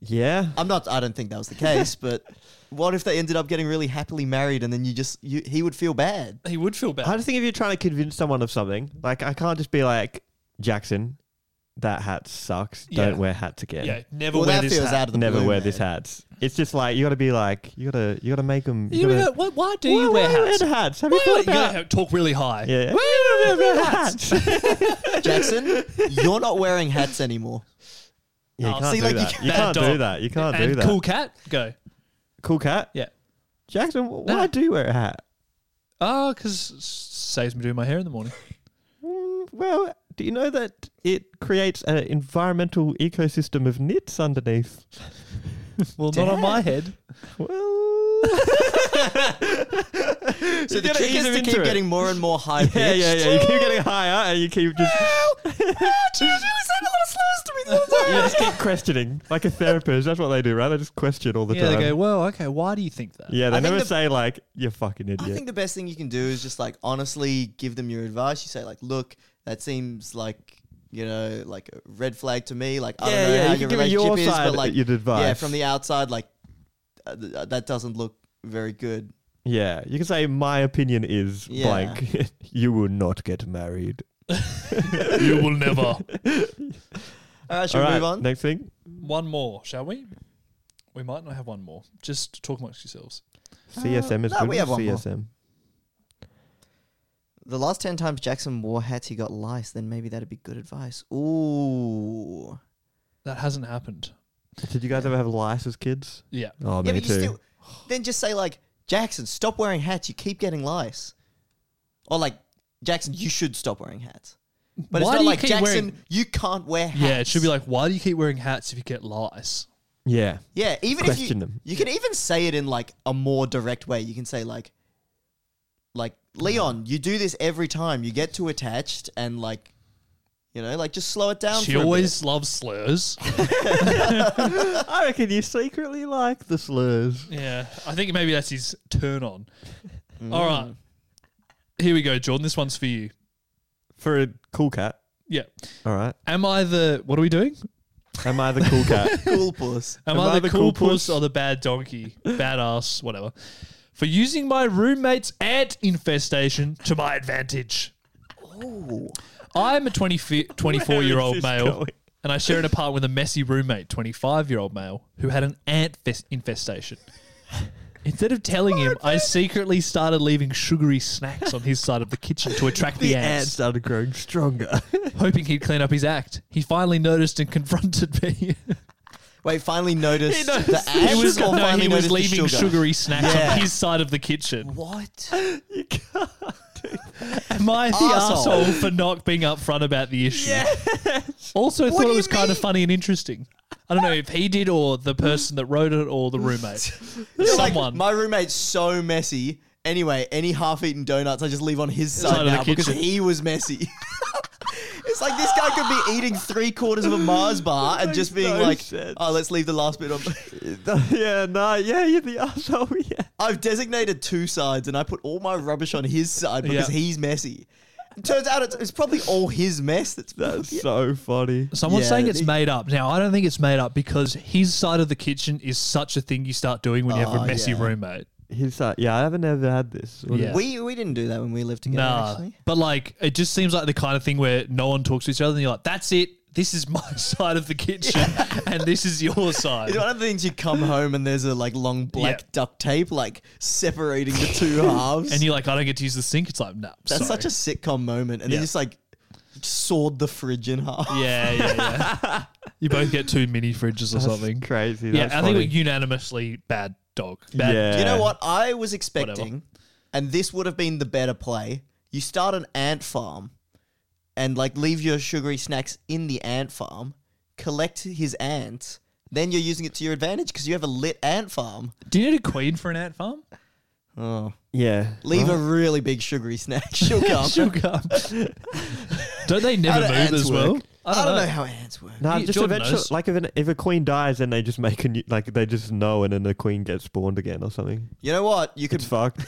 Speaker 3: Yeah.
Speaker 4: I'm not. I don't think that was the case. but what if they ended up getting really happily married, and then you just you, he would feel bad.
Speaker 2: He would feel bad.
Speaker 3: I just think if you're trying to convince someone of something, like I can't just be like, Jackson, that hat sucks. Don't
Speaker 2: Yeah.
Speaker 3: wear hats again.
Speaker 2: yeah, never
Speaker 4: Well,
Speaker 2: wear
Speaker 4: that
Speaker 2: this
Speaker 4: feels
Speaker 2: hat.
Speaker 4: out of the
Speaker 3: Never
Speaker 4: blue,
Speaker 3: wear
Speaker 4: man.
Speaker 3: this hat. It's just like you got to be like you got to you got to make them.
Speaker 2: You know, why, why do you wear hats?
Speaker 3: hats? Have
Speaker 2: Why
Speaker 3: you thought
Speaker 2: you
Speaker 3: about?
Speaker 2: gotta talk really high.
Speaker 3: yeah.
Speaker 2: Why do you wear hats?
Speaker 4: Jackson, you're not wearing hats anymore.
Speaker 3: Yeah, you
Speaker 2: Oh,
Speaker 3: can't
Speaker 4: see,
Speaker 3: do
Speaker 4: like, you
Speaker 3: that. You
Speaker 2: Bad
Speaker 3: can't do
Speaker 2: dog.
Speaker 3: that. You can't
Speaker 2: and
Speaker 3: do that.
Speaker 2: Cool cat, go.
Speaker 3: Cool cat.
Speaker 2: Yeah.
Speaker 3: Jackson, wh- why
Speaker 2: No.
Speaker 3: do you wear a hat?
Speaker 2: Oh, because saves me doing my hair in the morning.
Speaker 3: Mm, Well, do you know that it creates an environmental ecosystem of nits underneath?
Speaker 2: Well, not on my head.
Speaker 3: Well,
Speaker 4: So the
Speaker 3: gotta
Speaker 4: trick
Speaker 3: ease
Speaker 4: is
Speaker 3: him
Speaker 4: to
Speaker 3: into
Speaker 4: keep
Speaker 3: it.
Speaker 4: getting more and more high pitched.
Speaker 3: yeah, yeah, yeah. You keep getting higher, and you keep just you just keep questioning, like a therapist. That's what they do, right? They just question all the
Speaker 2: Yeah,
Speaker 3: time.
Speaker 2: they go, well, okay, why do you think that?
Speaker 3: yeah, they
Speaker 4: I think
Speaker 3: never
Speaker 4: the-
Speaker 3: say like you're fucking
Speaker 4: I
Speaker 3: idiot.
Speaker 4: think the best thing you can do is just like honestly give them your advice. You say like, look, that seems like you know like a red flag to me. Like I
Speaker 3: Yeah,
Speaker 4: don't know
Speaker 3: yeah,
Speaker 4: how
Speaker 3: you
Speaker 4: your
Speaker 3: can give it your
Speaker 4: relationship is,
Speaker 3: side,
Speaker 4: but like
Speaker 3: you'd
Speaker 4: yeah,
Speaker 3: advise.
Speaker 4: from the outside, like uh, th- uh, that doesn't look very good.
Speaker 3: yeah, you can say my opinion is
Speaker 4: Yeah.
Speaker 3: blank. you will not get married.
Speaker 2: you will never.
Speaker 4: All right, should
Speaker 3: All
Speaker 4: we
Speaker 3: right,
Speaker 4: move on?
Speaker 3: next thing.
Speaker 2: One more, shall we? We might not have one more. Just talk amongst yourselves.
Speaker 3: CSM is
Speaker 4: Ah, no,
Speaker 3: good.
Speaker 4: we have one more.
Speaker 3: CSM.
Speaker 4: The last ten times Jackson wore hats, he got lice. Then maybe that'd be good advice. Ooh,
Speaker 2: That hasn't happened.
Speaker 3: Did you guys ever have lice as kids?
Speaker 2: Yeah.
Speaker 3: Oh,
Speaker 4: yeah,
Speaker 3: me
Speaker 4: but
Speaker 3: too.
Speaker 4: you still then just say like Jackson, stop wearing hats. You keep getting lice, or like Jackson, you should stop wearing hats. But
Speaker 2: Why do
Speaker 4: it's not
Speaker 2: you
Speaker 4: like
Speaker 2: keep
Speaker 4: Jackson,
Speaker 2: wearing-
Speaker 4: you can't wear hats.
Speaker 2: Yeah, it should be like, why do you keep wearing hats if you get lice?
Speaker 3: yeah.
Speaker 4: yeah. Even if
Speaker 3: question
Speaker 4: you,
Speaker 3: them.
Speaker 4: you can even say it in like a more direct way. You can say like, like Leon, you do this every time. You get too attached and like, you know, like just slow it down.
Speaker 2: She
Speaker 4: for a bit.
Speaker 2: always loves slurs.
Speaker 3: I reckon you secretly like the slurs.
Speaker 2: yeah. I think maybe that's his turn on. All right. Here we go, Jordan. This one's for you.
Speaker 3: For a cool cat.
Speaker 2: Yeah.
Speaker 3: All right.
Speaker 2: Am I the. What are we doing?
Speaker 3: Am I the cool cat?
Speaker 4: cool puss.
Speaker 2: Am, I, the, cool puss or the bad donkey? Badass, whatever. For using my roommate's ant infestation to my advantage. Oh. I'm a 20, 24 year
Speaker 3: Where
Speaker 2: old
Speaker 3: is this
Speaker 2: male,
Speaker 3: going?
Speaker 2: and I share an apartment with a messy roommate, 25 year old male, who had an ant fest- infestation. Instead of telling him, I secretly started leaving sugary snacks on his side of the kitchen to attract the,
Speaker 3: The ants
Speaker 2: ants,
Speaker 3: started growing stronger.
Speaker 2: hoping he'd clean up his act. He finally noticed and confronted me.
Speaker 4: Wait, finally noticed,
Speaker 2: noticed
Speaker 4: the ash
Speaker 2: he was,
Speaker 4: or
Speaker 2: no,
Speaker 4: finally
Speaker 2: he was
Speaker 4: noticed
Speaker 2: leaving
Speaker 4: the sugar?
Speaker 2: sugary snacks
Speaker 4: Yeah.
Speaker 2: on his side of the kitchen.
Speaker 4: What?
Speaker 2: Am I the
Speaker 4: Arsehole.
Speaker 2: asshole for not being upfront about the issue? Also, thought
Speaker 4: do
Speaker 2: it
Speaker 4: you
Speaker 2: was kind
Speaker 4: mean?
Speaker 2: of funny and interesting. I don't know if he did or the person that wrote it or the roommate.
Speaker 4: It's
Speaker 2: Someone.
Speaker 4: Like, my roommate's so messy. Anyway, any half-eaten donuts I just leave on his side
Speaker 2: of the
Speaker 4: now because
Speaker 2: kitchen.
Speaker 4: he was messy. it's like this guy could be eating three quarters of a Mars bar and just
Speaker 3: makes
Speaker 4: being
Speaker 3: no
Speaker 4: like,
Speaker 3: sense.
Speaker 4: "Oh, let's leave the last bit on."
Speaker 3: yeah, no, yeah, you're the asshole. Yeah.
Speaker 4: I've designated two sides and I put all my rubbish on his side because
Speaker 2: Yeah.
Speaker 4: he's messy. It turns out it's, it's probably all his mess. That's
Speaker 3: That's so funny.
Speaker 2: Someone's
Speaker 4: Yeah,
Speaker 2: saying it's
Speaker 4: they-
Speaker 2: made up. Now, I don't think it's made up because his side of the kitchen is such a thing you start dodoing when you have
Speaker 4: Oh,
Speaker 2: a messy
Speaker 4: yeah.
Speaker 2: roommate.
Speaker 3: His, uh, yeah, I haven't ever had this. What
Speaker 2: Yeah.
Speaker 4: we we didn't do that when we lived together.
Speaker 2: Nah,
Speaker 4: Actually,
Speaker 2: but like it just seems like the kind of thing where no one talks to each other, and you're like, "That's it. This is my side of the kitchen, and this is your side."
Speaker 4: It's one of the things you come home and there's a like long black
Speaker 2: Yeah.
Speaker 4: duct tape like separating the two halves.
Speaker 2: And you're like, I don't get to use the sink. It's like, no.
Speaker 4: That's such a sitcom moment. And
Speaker 2: Yeah.
Speaker 4: then just like sawed the fridge in half.
Speaker 2: yeah, yeah, yeah. you both get two mini fridges or something.
Speaker 3: That's crazy.
Speaker 2: yeah,
Speaker 3: That's
Speaker 2: I
Speaker 3: funny.
Speaker 2: think we're unanimously bad dog. Bad.
Speaker 3: Yeah.
Speaker 4: You know what? I was expecting, and this would have been the better play. You start an ant farm and like leave your sugary snacks in the ant farm, collect his ants. Then you're using it to your advantage because you have a lit ant farm.
Speaker 2: Do you need a queen for an ant farm?
Speaker 4: Oh.
Speaker 3: Yeah.
Speaker 4: Leave a really big sugary snack. She'll come.
Speaker 2: She'll come. don't they never
Speaker 4: How do
Speaker 2: move
Speaker 4: ants
Speaker 2: as well?
Speaker 4: work? I don't, know. how ants work.
Speaker 3: No,
Speaker 2: Yeah,
Speaker 3: just
Speaker 2: Jordan
Speaker 3: eventually,
Speaker 2: knows.
Speaker 3: like if, an, if a queen dies, then they just make a new, like they just know, and then the queen gets spawned again or something.
Speaker 4: You know what? You could
Speaker 3: It's fucked.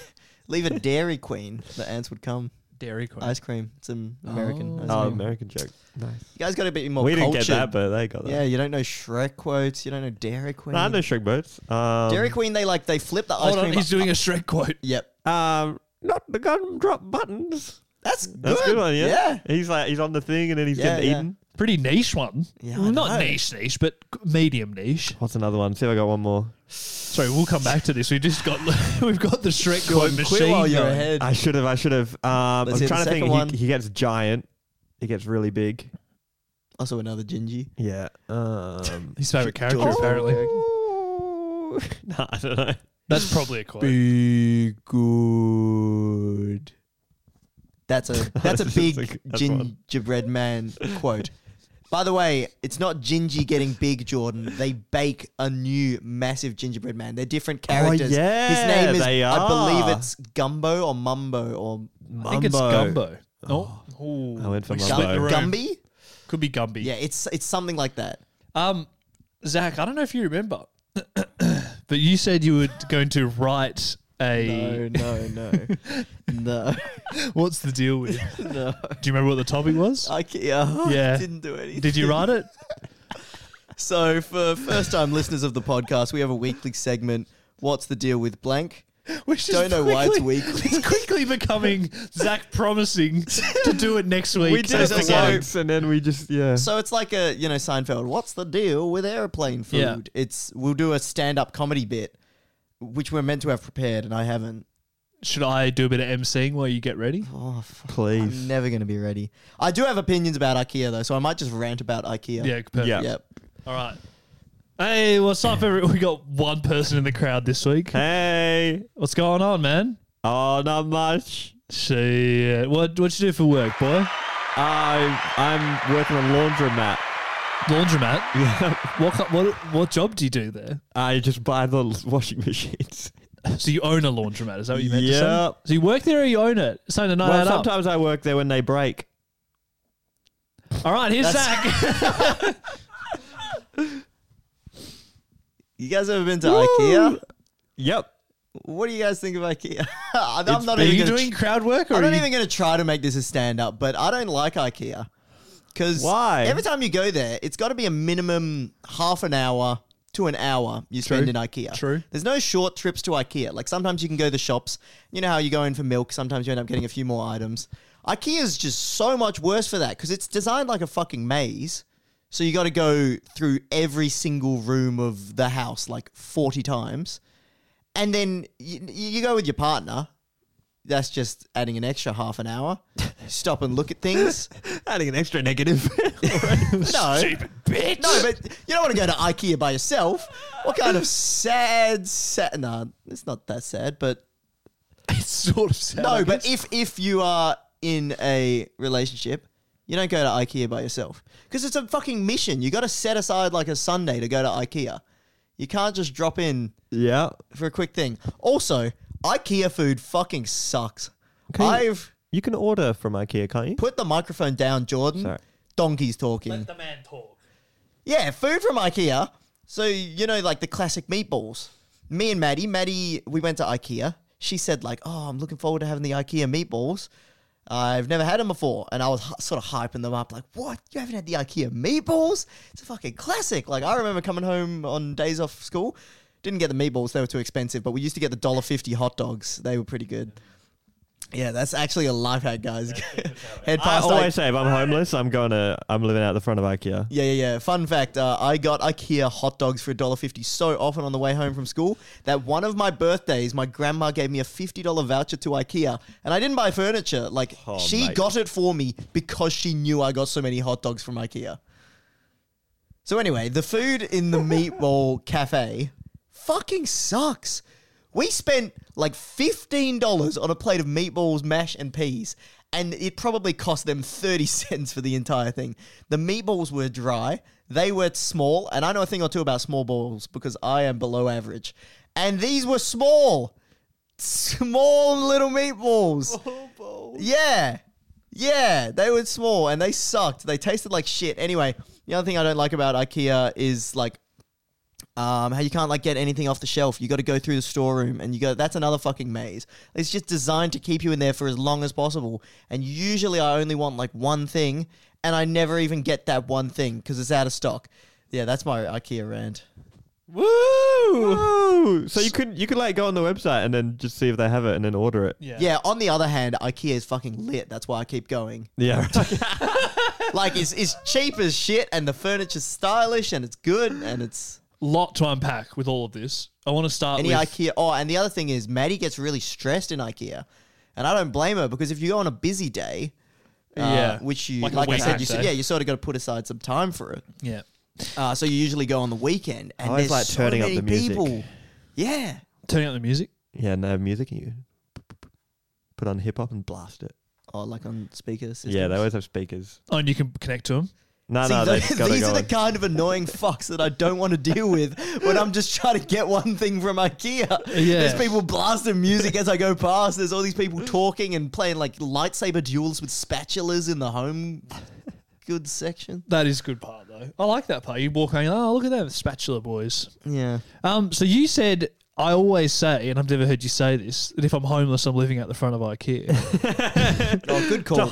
Speaker 4: leave a Dairy Queen. The ants would come.
Speaker 2: Dairy Queen.
Speaker 4: Ice cream. It's an American. ice
Speaker 3: Oh,
Speaker 4: cream.
Speaker 3: American joke. Nice.
Speaker 4: You guys got to be more
Speaker 3: we didn't
Speaker 4: Um, cultured.
Speaker 3: get that, but they got that.
Speaker 4: yeah, you don't know Shrek quotes. You don't know Dairy Queen.
Speaker 3: Nah, no shrink boats. Um,
Speaker 4: Dairy Queen, they like they flip the ice
Speaker 2: Hold on,
Speaker 4: cream.
Speaker 2: he's
Speaker 4: up-
Speaker 2: doing a Shrek quote.
Speaker 4: Yep,
Speaker 3: Um, not the gun drop buttons.
Speaker 4: that's good.
Speaker 3: That's a good one. Yeah.
Speaker 4: yeah.
Speaker 3: He's like he's on the thing and then he's
Speaker 4: Yeah,
Speaker 3: getting
Speaker 4: yeah.
Speaker 3: eaten.
Speaker 2: Pretty niche one.
Speaker 4: Yeah, I
Speaker 2: well, not
Speaker 4: know.
Speaker 2: niche niche, but medium niche.
Speaker 3: What's another one? See if I got one more.
Speaker 2: Sorry, we'll come back to this. We just got we've got the Shrek quote
Speaker 4: Quit
Speaker 2: machine.
Speaker 4: while you're
Speaker 2: going.
Speaker 4: ahead.
Speaker 3: I should have. I should have. Um,
Speaker 4: Let's
Speaker 3: I'm
Speaker 4: hear the
Speaker 3: trying to
Speaker 4: second
Speaker 3: think.
Speaker 4: one.
Speaker 3: He, he gets giant. He gets really big.
Speaker 4: Also, another Gingy.
Speaker 3: Yeah. Um,
Speaker 2: His favorite character
Speaker 4: George-
Speaker 2: apparently.
Speaker 3: oh. nah, I don't know.
Speaker 2: That's probably a quote.
Speaker 3: Be good.
Speaker 4: That's a that's a
Speaker 3: That's
Speaker 4: big
Speaker 3: a good- that's one.
Speaker 4: gingerbread man quote. By the way, it's not Gingy getting big, Jordan. They bake a new massive gingerbread man. They're different characters. His
Speaker 3: Oh, yeah,
Speaker 4: name is,
Speaker 3: they
Speaker 4: I believe
Speaker 3: are.
Speaker 4: it's Gumbo or Mumbo or
Speaker 2: I think it's Gumbo. Oh, Ooh.
Speaker 3: I went for
Speaker 2: We
Speaker 3: Mumbo.
Speaker 2: split the room.
Speaker 4: Gumby.
Speaker 2: Could be Gumby.
Speaker 4: Yeah, it's it's something like that.
Speaker 2: Um, Zach, I don't know if you remember, but you said you were going to write a.
Speaker 4: no, no, no,
Speaker 2: What's the deal with? Do
Speaker 4: no.
Speaker 2: you remember what the topic was?
Speaker 4: I ca- oh,
Speaker 2: Yeah.
Speaker 4: I didn't do anything.
Speaker 2: Did you write it?
Speaker 4: So, for first time listeners of the podcast, we have a weekly segment. What's the deal with blank?
Speaker 2: Which is
Speaker 4: Don't know why it's weekly.
Speaker 2: It's quickly becoming Zach promising to do it next week.
Speaker 3: We did
Speaker 2: Just
Speaker 3: the
Speaker 2: forgetting.
Speaker 3: jokes and then we just yeah.
Speaker 4: So it's like a you know Seinfeld. What's the deal with airplane food?
Speaker 2: Yeah.
Speaker 4: It's we'll do a stand-up comedy bit, which we're meant to have prepared, and I haven't.
Speaker 2: Should I do a bit of emceeing while you get ready?
Speaker 4: Oh, fuck. I'm
Speaker 3: Please.
Speaker 4: never going to be ready. I do have opinions about IKEA though, so I might just rant about IKEA.
Speaker 2: Yeah. Perfect.
Speaker 3: Yeah.
Speaker 4: Yep.
Speaker 2: All right. Hey, what's up, everyone? We got one person in the crowd this week.
Speaker 3: Hey.
Speaker 2: What's going on, man?
Speaker 3: Oh, not much.
Speaker 2: Shit. uh, What What you do for work, boy?
Speaker 3: I I'm working on laundromat.
Speaker 2: Laundromat. What, ki- what what job do you do there?
Speaker 3: I just buy the l- washing machines.
Speaker 2: So you own a laundromat? Is that what you meant to
Speaker 3: Yep.
Speaker 2: say? So you work there or you own it? So to
Speaker 3: well,
Speaker 2: night up.
Speaker 3: sometimes I work there when they break.
Speaker 2: All right, here's Zach.
Speaker 4: You guys ever been to IKEA?
Speaker 3: Yep.
Speaker 4: What do you guys think of IKEA? I'm
Speaker 3: It's-
Speaker 4: not
Speaker 2: Are
Speaker 4: even
Speaker 2: you
Speaker 4: gonna
Speaker 2: doing crowd work or
Speaker 4: I'm
Speaker 2: are
Speaker 4: not
Speaker 2: you-
Speaker 4: even going to try to make this a stand up, but I don't like IKEA. Because
Speaker 3: Why?
Speaker 4: Every time you go there, it's got to be a minimum half an hour to an hour you spend in IKEA.
Speaker 2: True.
Speaker 4: There's no short trips to IKEA. Like sometimes you can go to the shops. You know how you go in for milk. Sometimes you end up getting a few more items. IKEA's just so much worse for that because it's designed like a fucking maze. So you got to go through every single room of the house like 40 times. And then you, you go with your partner. That's just adding an extra half an hour. Stop and look at things.
Speaker 3: Adding an extra negative.
Speaker 4: No. No, but you don't want to go to IKEA by yourself. What kind of sad, sad? Nah, it's not that sad, but
Speaker 2: It's sort of sad, I
Speaker 4: no. But
Speaker 2: guess.
Speaker 4: if if you are in a relationship, you don't go to IKEA by yourself because it's a fucking mission. You got to set aside like a Sunday to go to IKEA. You can't just drop in
Speaker 3: yeah.
Speaker 4: for a quick thing. Also, IKEA food fucking sucks.
Speaker 3: Can you-
Speaker 4: I've
Speaker 3: You can order from IKEA, can't you?
Speaker 4: put the microphone down, Jordan.
Speaker 3: Sorry.
Speaker 4: Donkey's talking.
Speaker 2: the man talk.
Speaker 4: Yeah, food from IKEA. So you know, like the classic meatballs. Me and Maddie, Maddie, we went to IKEA. She said like, "Oh, I'm looking forward to having the IKEA meatballs. I've never had them before." And I was h- sort of hyping them up, like, "What? You haven't had the IKEA meatballs? It's a fucking classic." Like I remember coming home on days off school, didn't get the meatballs; they were too expensive. But we used to get the dollar fifty hot dogs. They were pretty good. Yeah, that's actually a life hack, guys. Head
Speaker 3: I
Speaker 4: past
Speaker 3: always
Speaker 4: IKEA.
Speaker 3: say if I'm homeless, I'm going to I'm living out the front of IKEA.
Speaker 4: Yeah, yeah, yeah. Fun fact: uh, I got IKEA hot dogs for $1.50 so often on the way home from school that one of my birthdays, my grandma gave me a fifty dollar voucher to IKEA, and I didn't buy furniture. Like
Speaker 3: Oh,
Speaker 4: she
Speaker 3: mate.
Speaker 4: got it for me because she knew I got so many hot dogs from IKEA. So anyway, the food in the meatball cafe fucking sucks. We spent like $15 on a plate of meatballs, mash, and peas, and it probably cost them 30 cents for the entire thing. The meatballs were dry, they were small, and I know a thing or two about small balls because I am below average. And these were small, small little meatballs. Yeah. Yeah, they were small and they sucked. They tasted like shit. Anyway, the other thing I don't like about IKEA is like Um, how you can't like get anything off the shelf. You got to go through the storeroom, and you go. That's another fucking maze. It's just designed to keep you in there for as long as possible. And usually, I only want like one thing, and I never even get that one thing because it's out of stock. Yeah, that's my IKEA rant.
Speaker 3: Woo! So you could you could like go on the website and then just see if they have it and then order it.
Speaker 2: Yeah.
Speaker 4: Yeah. On the other hand, IKEA is fucking lit. That's why I keep going.
Speaker 3: Yeah.
Speaker 4: like it's it's cheap as shit, and the furniture's stylish, and it's good, and it's
Speaker 2: Lot to unpack with all of this. I want to start
Speaker 4: any
Speaker 2: with
Speaker 4: IKEA. Oh, and the other thing is, Maddie gets really stressed in IKEA, and I don't blame her because if you go on a busy day, uh,
Speaker 2: Yeah.
Speaker 4: which you
Speaker 2: Like
Speaker 4: like,
Speaker 2: a
Speaker 4: I said,
Speaker 2: weekend
Speaker 4: you
Speaker 2: day.
Speaker 4: said,
Speaker 3: eh?
Speaker 4: yeah, you sort of got to put aside some time for it.
Speaker 2: yeah.
Speaker 4: Uh, so you usually go on the weekend,
Speaker 3: I
Speaker 4: and
Speaker 3: always
Speaker 4: there's
Speaker 3: like
Speaker 4: so
Speaker 3: turning up
Speaker 4: many
Speaker 3: the music.
Speaker 4: people. Yeah,
Speaker 2: Turning up the music.
Speaker 3: yeah. No music. and You put on hip hop and blast it.
Speaker 4: oh, like on speakers.
Speaker 3: Yeah. They always have speakers.
Speaker 2: Oh, and you can connect to them.
Speaker 3: No,
Speaker 4: See,
Speaker 3: no. They
Speaker 4: those-
Speaker 3: just gotta
Speaker 4: these
Speaker 3: go.
Speaker 4: are the
Speaker 3: in.
Speaker 4: kind of annoying fucks that I don't want to deal with when I'm just trying to get one thing from IKEA.
Speaker 2: Yeah.
Speaker 4: There's people blasting music as I go past. There's all these people talking and playing like lightsaber duels with spatulas in the home goods section.
Speaker 2: That is a good part, though. I like that part. You walk around, oh, look at that spatula, boys.
Speaker 4: Yeah.
Speaker 2: Um, so you said I always say, and I've never heard you say this, that if I'm homeless, I'm living out the front of IKEA.
Speaker 4: Oh, good call.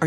Speaker 5: are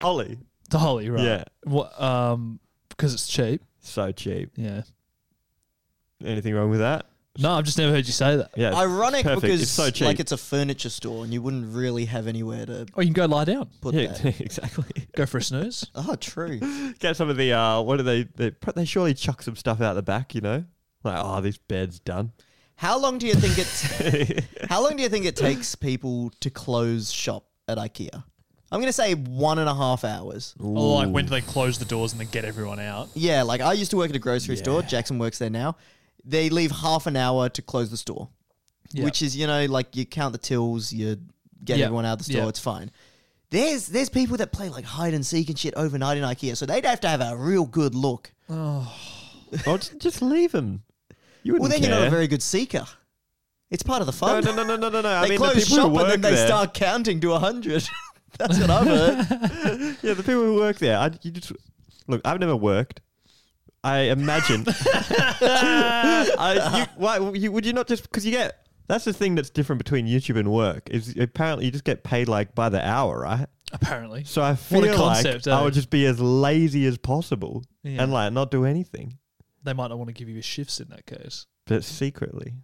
Speaker 3: Ollie.
Speaker 2: to Holly, right?
Speaker 3: Yeah.
Speaker 2: What, um, because it's cheap.
Speaker 3: So cheap.
Speaker 2: Yeah.
Speaker 3: Anything wrong with that?
Speaker 2: No, I've just never heard you say that.
Speaker 3: Yeah. it's
Speaker 4: Ironic
Speaker 3: perfect.
Speaker 4: because
Speaker 3: it's so cheap.
Speaker 4: like it's a furniture store and you wouldn't really have anywhere to
Speaker 2: Or Oh, you can go lie down,
Speaker 4: put
Speaker 3: yeah,
Speaker 4: that.
Speaker 3: exactly.
Speaker 2: go for a snooze.
Speaker 4: Oh, true.
Speaker 3: Get some of the uh, what do they, they? pr- They surely chuck some stuff out the back, you know. Like, oh, this bed's done.
Speaker 4: How long do you think it? how long do you think it takes people to close shop at IKEA? I'm gonna say one and a half hours.
Speaker 2: Or like when do they close the doors and then get everyone out?
Speaker 4: Yeah, like I used to work at a grocery store. Jackson works there now. They leave half an hour to close the store,
Speaker 2: Yeah.
Speaker 4: which is you know like you count the tills, you get
Speaker 2: Yeah.
Speaker 4: everyone out of the store.
Speaker 2: Yeah.
Speaker 4: It's fine. There's there's people that play like hide and seek and shit overnight in IKEA, so they'd have to have a real good look.
Speaker 3: oh, just, just leave them. You
Speaker 4: Well,
Speaker 3: wouldn't
Speaker 4: then you're
Speaker 3: care.
Speaker 4: not a very good seeker. It's part of the
Speaker 3: No,
Speaker 4: fun.
Speaker 3: no, no, no, no, no, no. I
Speaker 4: they
Speaker 3: mean, the
Speaker 4: close
Speaker 3: people
Speaker 4: shop
Speaker 3: who work
Speaker 4: and then they
Speaker 3: there,
Speaker 4: start counting to hundred. That's what I've heard.
Speaker 3: Yeah, the people who work there. I, you just look. I've never worked. I imagine. I, you, why you, would you not just because you get? That's the thing that's different between YouTube and work is apparently you just get paid like by the hour, right?
Speaker 2: Apparently.
Speaker 3: So I
Speaker 2: What a
Speaker 3: feel
Speaker 2: concept,
Speaker 3: like I
Speaker 2: eh?
Speaker 3: would just be as lazy as possible
Speaker 2: Yeah.
Speaker 3: and like not do anything,
Speaker 2: They might not want to give you shifts in that case.
Speaker 3: but secretly.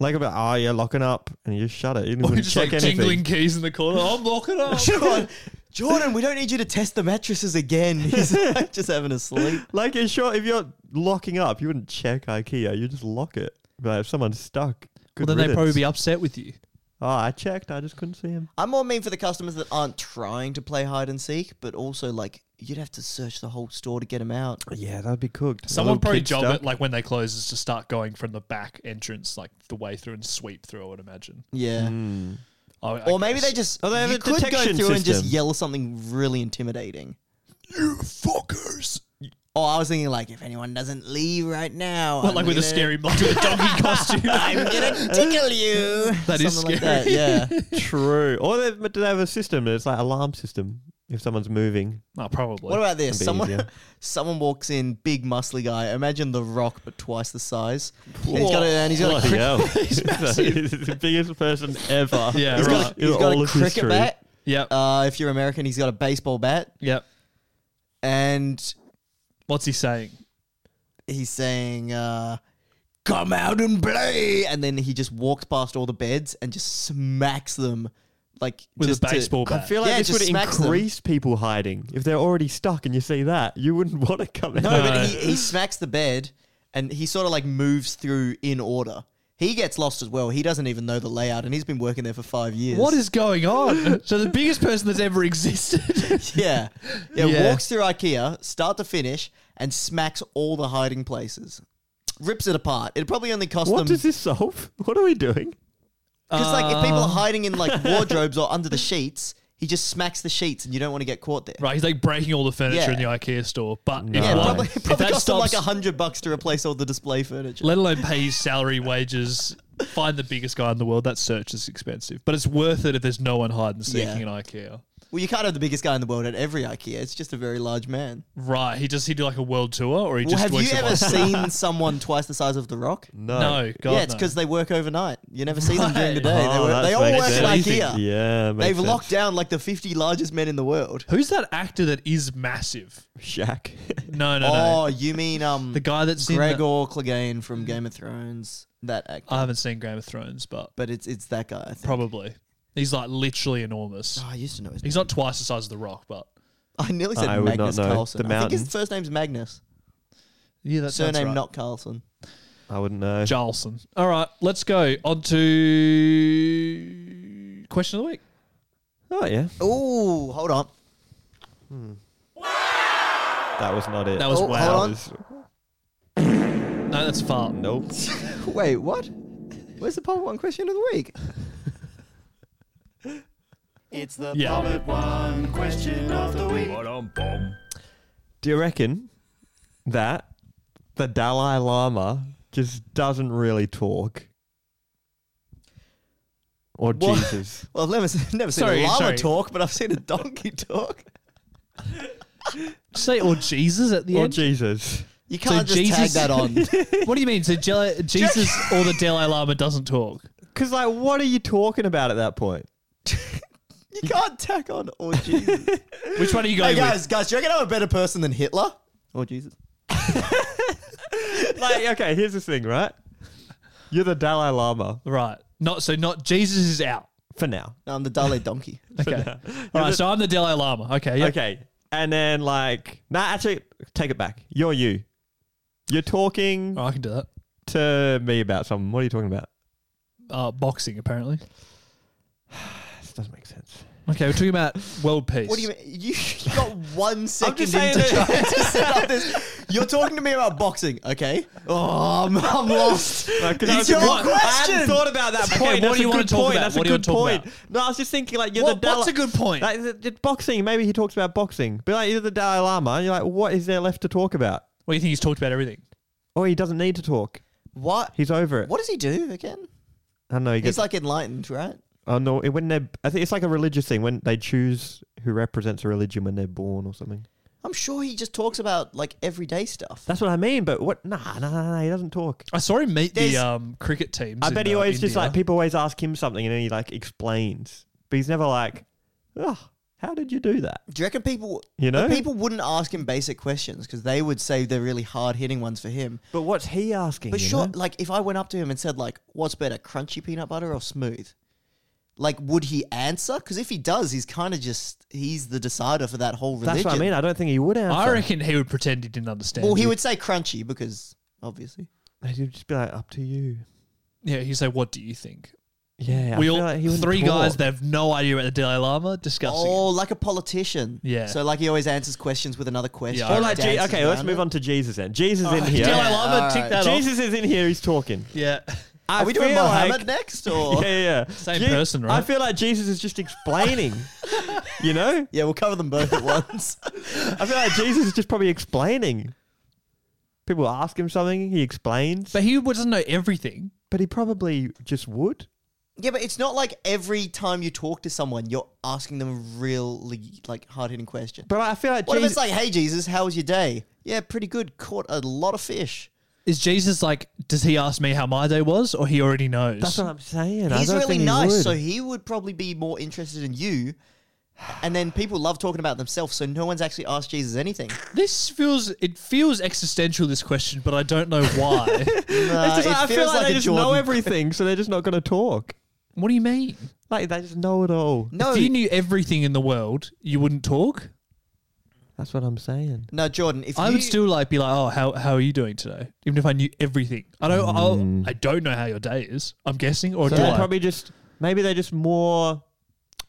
Speaker 3: Like about oh you're locking up and you just shut it. You didn't
Speaker 2: Or
Speaker 3: even
Speaker 2: just
Speaker 3: check
Speaker 2: like jingling
Speaker 3: anything.
Speaker 2: keys in the corner. "Oh, I'm locking up.
Speaker 4: Jordan, Jordan, we don't need you to test the mattresses again. He's like, just having a sleep.
Speaker 3: Like it's sure if you're locking up, you wouldn't check IKEA. You just lock it. But if someone's stuck,
Speaker 2: well, then
Speaker 3: good
Speaker 2: they'd probably
Speaker 3: riddance.
Speaker 2: be upset with you.
Speaker 3: Oh, I checked. I just couldn't see him.
Speaker 4: I'm more mean for the customers that aren't trying to play hide and seek, but also like you'd have to search the whole store to get him out.
Speaker 3: Yeah, that'd be cooked.
Speaker 2: Someone probably job it like when they close is to start going from the back entrance, like the way through and sweep through. I would imagine.
Speaker 4: Yeah.
Speaker 2: I, I
Speaker 4: Mm. Or maybe
Speaker 2: guess.
Speaker 4: they just
Speaker 3: Oh, they have
Speaker 4: you
Speaker 3: a
Speaker 4: could go through
Speaker 3: detection
Speaker 4: and just
Speaker 3: system.
Speaker 4: yell something really intimidating.
Speaker 2: fuckers.
Speaker 4: Oh, I was thinking like if anyone doesn't leave right now,
Speaker 2: Well,
Speaker 4: I'm
Speaker 2: like with a
Speaker 4: gonna-
Speaker 2: scary, like with a donkey costume.
Speaker 4: I'm gonna tickle you.
Speaker 2: That is
Speaker 4: Something like
Speaker 2: scary.
Speaker 4: that, Yeah.
Speaker 3: True. Or they, but do they have a system? It's like alarm system. If someone's moving,
Speaker 2: No, Oh, probably.
Speaker 4: What about this?
Speaker 3: That'd be
Speaker 4: Someone,
Speaker 3: easier.
Speaker 4: someone walks in, big muscly guy. Imagine the Rock, but twice the size. And he's got a, and he's got a,
Speaker 3: bloody
Speaker 4: cricket,
Speaker 3: hell, he's the biggest person ever.
Speaker 2: Yeah, He's
Speaker 3: he's got,
Speaker 2: got
Speaker 3: right.
Speaker 4: he's got a cricket bat.
Speaker 2: Yep.
Speaker 4: Uh, if you're American, he's got a baseball bat.
Speaker 2: yep.
Speaker 4: and
Speaker 2: What's he saying?
Speaker 4: he's saying, uh, "Come out and play," and then he just walks past all the beds and just smacks them like
Speaker 2: With a
Speaker 4: just to-
Speaker 2: baseball bat.
Speaker 3: I feel like
Speaker 4: Yeah,
Speaker 3: this
Speaker 4: just
Speaker 3: would
Speaker 4: smacks them.
Speaker 3: increase people hiding. If they're already stuck and you see that, you wouldn't want to come out.
Speaker 4: No, but he, he smacks the bed and he sort of like moves through in order. He gets lost as well. He doesn't even know the layout, and he's been working there for five years.
Speaker 2: What is going on? so the biggest person that's ever existed.
Speaker 4: Yeah. yeah,
Speaker 2: Yeah.
Speaker 4: Walks through IKEA, start to finish, and smacks all the hiding places. Rips it apart. It probably only cost
Speaker 3: What
Speaker 4: them
Speaker 3: does this solve? What are we doing?
Speaker 4: because like if
Speaker 2: Uh.
Speaker 4: people are hiding in like wardrobes or under the sheets, he just smacks the sheets, and you don't want to get caught there.
Speaker 2: right, he's like breaking all the furniture in the
Speaker 4: Yeah.
Speaker 2: IKEA store. But if
Speaker 4: Yeah,
Speaker 2: one-
Speaker 4: probably,
Speaker 2: if
Speaker 4: probably
Speaker 2: that
Speaker 4: cost him like
Speaker 2: stops-
Speaker 4: a hundred bucks to replace all the display furniture.
Speaker 2: let alone pay his salary, wages. Find the biggest guy in the world. That search is expensive, but it's worth it if there's no one hiding seeking
Speaker 4: Yeah.
Speaker 2: in IKEA.
Speaker 4: well, you can't have the biggest guy in the world at every IKEA. It's just a very large man.
Speaker 2: Right? He does he do like a world tour, or he
Speaker 4: Well,
Speaker 2: just
Speaker 4: have
Speaker 2: works
Speaker 4: you
Speaker 2: at
Speaker 4: ever
Speaker 2: one-
Speaker 4: seen someone twice the size of The Rock?
Speaker 2: No, God,
Speaker 4: yeah, it's
Speaker 2: no.
Speaker 4: because they work overnight. You never see them during the day.
Speaker 3: Oh,
Speaker 4: they, work,
Speaker 3: that
Speaker 4: they all
Speaker 3: makes
Speaker 4: work at
Speaker 3: sense.
Speaker 4: IKEA.
Speaker 3: Yeah, makes
Speaker 4: They've
Speaker 3: sense.
Speaker 4: locked down like the 50 largest men in the world.
Speaker 2: Who's that actor that is massive?
Speaker 3: Shaq.
Speaker 2: No, no,
Speaker 4: oh,
Speaker 2: no.
Speaker 4: you mean um
Speaker 2: The guy that's in the- Uh,
Speaker 4: Gregor Clegane from Game of Thrones? That actor.
Speaker 2: I haven't seen Game of Thrones, but
Speaker 4: but it's it's that guy. I think.
Speaker 2: probably he's like literally enormous.
Speaker 4: Oh, I used to know his.
Speaker 2: He's not twice the size of the Rock, but
Speaker 4: I nearly said
Speaker 3: I would not
Speaker 4: Magnus
Speaker 3: know.
Speaker 4: Carlson.
Speaker 3: The
Speaker 4: I think his
Speaker 3: mountain.
Speaker 4: first name's Magnus.
Speaker 2: yeah, that's
Speaker 4: Surname not Carlson.
Speaker 3: I wouldn't know.
Speaker 2: Jarlson. All right, let's go on to question of the week.
Speaker 3: Oh yeah,
Speaker 4: Ooh, hold on.
Speaker 3: that was not it.
Speaker 2: That was
Speaker 4: Oh,
Speaker 2: wow.
Speaker 4: hold on.
Speaker 2: No, that's far.
Speaker 3: Nope.
Speaker 4: Wait, what? Where's the pop one question of the week?
Speaker 2: Yeah,
Speaker 3: Do you reckon that the Dalai Lama just doesn't really talk? Or
Speaker 4: What?
Speaker 3: Jesus?
Speaker 4: Well, I've never, s- never seen
Speaker 2: Sorry,
Speaker 4: a llama
Speaker 2: sorry.
Speaker 4: talk, but I've seen a donkey talk.
Speaker 2: say or Jesus at the
Speaker 3: Or
Speaker 2: end.
Speaker 3: Jesus?
Speaker 4: You
Speaker 2: So
Speaker 4: can't just
Speaker 2: Jesus-
Speaker 4: tag that on.
Speaker 2: what do you mean? So Jel- Jesus or the Dalai Lama doesn't talk?
Speaker 3: Because, like, what are you talking about at that point?
Speaker 4: You can't tag on or Jesus.
Speaker 2: Which one are you
Speaker 4: hey
Speaker 2: going
Speaker 4: guys,
Speaker 2: with?
Speaker 4: guys, do you reckon I'm a better person than Hitler? Or Oh, Jesus?
Speaker 3: Like, okay, here's the thing, right? You're the Dalai Lama
Speaker 2: Right. Not so. Not Jesus is out.
Speaker 3: for now.
Speaker 4: No, I'm the Dalai donkey.
Speaker 2: Okay. All right. So I'm the Dalai Lama. Okay. Yeah.
Speaker 3: Okay. And then, like, nah, actually, take it back. You're you. You're talking
Speaker 2: Oh, I can do that.
Speaker 3: to me about something. What are you talking about?
Speaker 2: Uh, boxing apparently.
Speaker 3: This doesn't make sense.
Speaker 2: Okay, we're talking about world peace.
Speaker 4: What do you mean? You got one second
Speaker 3: just
Speaker 4: into
Speaker 3: saying
Speaker 4: trying to set up this. You're talking to me about boxing, okay? Oh, I'm, I'm lost.
Speaker 3: Because
Speaker 4: It's your
Speaker 3: I hadn't
Speaker 4: question.
Speaker 3: thought about that
Speaker 2: Okay,
Speaker 3: point.
Speaker 2: what
Speaker 3: That's
Speaker 2: do you
Speaker 3: a
Speaker 2: wanna
Speaker 3: good
Speaker 2: talk
Speaker 3: point.
Speaker 2: about?
Speaker 3: That's
Speaker 2: What
Speaker 3: a
Speaker 2: do you
Speaker 3: good
Speaker 2: wanna
Speaker 3: point.
Speaker 2: talk
Speaker 3: No, I was just thinking, like, you're
Speaker 2: What-
Speaker 3: the Dalai.
Speaker 2: what's a good point?
Speaker 3: Like, the- the boxing. Maybe he talks about boxing, but like, you're the Dalai Lama. And you're like, what is there left to talk about?
Speaker 2: What do you think he's talked about everything?
Speaker 3: Or he doesn't need to talk.
Speaker 4: What?
Speaker 3: He's over it.
Speaker 4: What does he do again?
Speaker 3: I don't know. He
Speaker 4: He's
Speaker 3: gets,
Speaker 4: like enlightened, right?
Speaker 3: oh no, it- when they, I think it's like a religious thing when they choose who represents a religion when they're born or something.
Speaker 4: I'm sure he just talks about like everyday stuff.
Speaker 3: That's what I mean. But what? Nah, nah, nah. nah he doesn't talk.
Speaker 2: I saw him meet
Speaker 4: There's-
Speaker 2: the um, cricket teams.
Speaker 3: I
Speaker 2: in,
Speaker 3: bet he
Speaker 2: uh,
Speaker 3: always just
Speaker 2: India.
Speaker 3: like people always ask him something and then he like explains, but he's never like, oh, how did you do that?
Speaker 4: Do you reckon people,
Speaker 3: You know?
Speaker 4: but people wouldn't ask him basic questions because they would save the really hard hitting ones for him.
Speaker 3: But what's he asking?
Speaker 4: But
Speaker 3: you
Speaker 4: sure,
Speaker 3: know?
Speaker 4: like if I went up to him and said like, "What's better, crunchy peanut butter or smooth?" Like, would he answer? Because if he does, he's kind of just he's the decider for that whole religion.
Speaker 3: That's what I mean. I don't think he would answer.
Speaker 2: I reckon he would pretend he didn't understand.
Speaker 4: Well, he would say crunchy because obviously.
Speaker 3: He'd just be like, up to you.
Speaker 2: Yeah, he'd say, "What do you think?"
Speaker 3: Yeah. I
Speaker 2: we
Speaker 3: feel
Speaker 2: all
Speaker 3: like he wouldn't
Speaker 2: three guys
Speaker 3: talk.
Speaker 2: that have no idea about the Dalai Lama discussing. it.
Speaker 4: Oh, like a politician.
Speaker 2: Yeah.
Speaker 4: So like he always answers questions with another question.
Speaker 2: Yeah,
Speaker 3: Or like, Je-
Speaker 4: dances
Speaker 3: okay, let's
Speaker 4: around
Speaker 3: move
Speaker 4: it.
Speaker 3: on to Jesus then. Jesus
Speaker 2: Oh,
Speaker 3: in here.
Speaker 2: Dalai Lama,
Speaker 4: all
Speaker 2: tick
Speaker 4: right.
Speaker 2: that off.
Speaker 3: Jesus is in here. He's talking.
Speaker 2: Yeah.
Speaker 3: I
Speaker 4: Are we doing
Speaker 3: feel
Speaker 4: Mohammed
Speaker 3: like-
Speaker 4: next or?
Speaker 3: Yeah, yeah. yeah.
Speaker 2: Same person, right?
Speaker 3: I feel like Jesus is just explaining. you know,
Speaker 4: Yeah, we'll cover them both at once.
Speaker 3: I feel like Jesus is just probably explaining. People ask him something, he explains,
Speaker 2: But he doesn't know everything.
Speaker 3: but he probably just would.
Speaker 4: yeah, but it's not like every time you talk to someone, you're asking them a really like hard hitting question.
Speaker 3: But I feel like
Speaker 4: What if
Speaker 3: Jesus.
Speaker 4: it's like, hey, Jesus, how was your day? Yeah, pretty good. Caught a lot of fish.
Speaker 2: Is Jesus like, does he ask me how my day was or he already knows?
Speaker 3: that's what I'm saying. I
Speaker 4: He's
Speaker 3: don't
Speaker 4: really
Speaker 3: think he
Speaker 4: nice,
Speaker 3: would.
Speaker 4: so he would probably be more interested in you And then people love talking about themselves, so no one's actually asked Jesus anything.
Speaker 2: This feels it feels existential. This question, but I don't know why.
Speaker 4: Nah,
Speaker 3: It's just
Speaker 4: Uh,
Speaker 3: like,
Speaker 4: it
Speaker 3: I feel
Speaker 4: feels
Speaker 3: like,
Speaker 4: like
Speaker 3: they
Speaker 4: a
Speaker 3: just know
Speaker 4: Jordan-
Speaker 3: everything, so they're just not going to talk.
Speaker 2: what do you mean?
Speaker 3: Like they just know it all.
Speaker 4: No,
Speaker 2: If you knew everything in the world, you wouldn't talk.
Speaker 3: That's what I'm saying.
Speaker 4: no, Jordan. If
Speaker 2: I
Speaker 4: you,
Speaker 2: would still like be like, oh, how how are you doing today? Even if I knew everything, I don't. I'll- I don't know how your day is. I'm guessing, or
Speaker 3: So
Speaker 2: do
Speaker 3: they're
Speaker 2: I?
Speaker 3: probably just maybe they're just more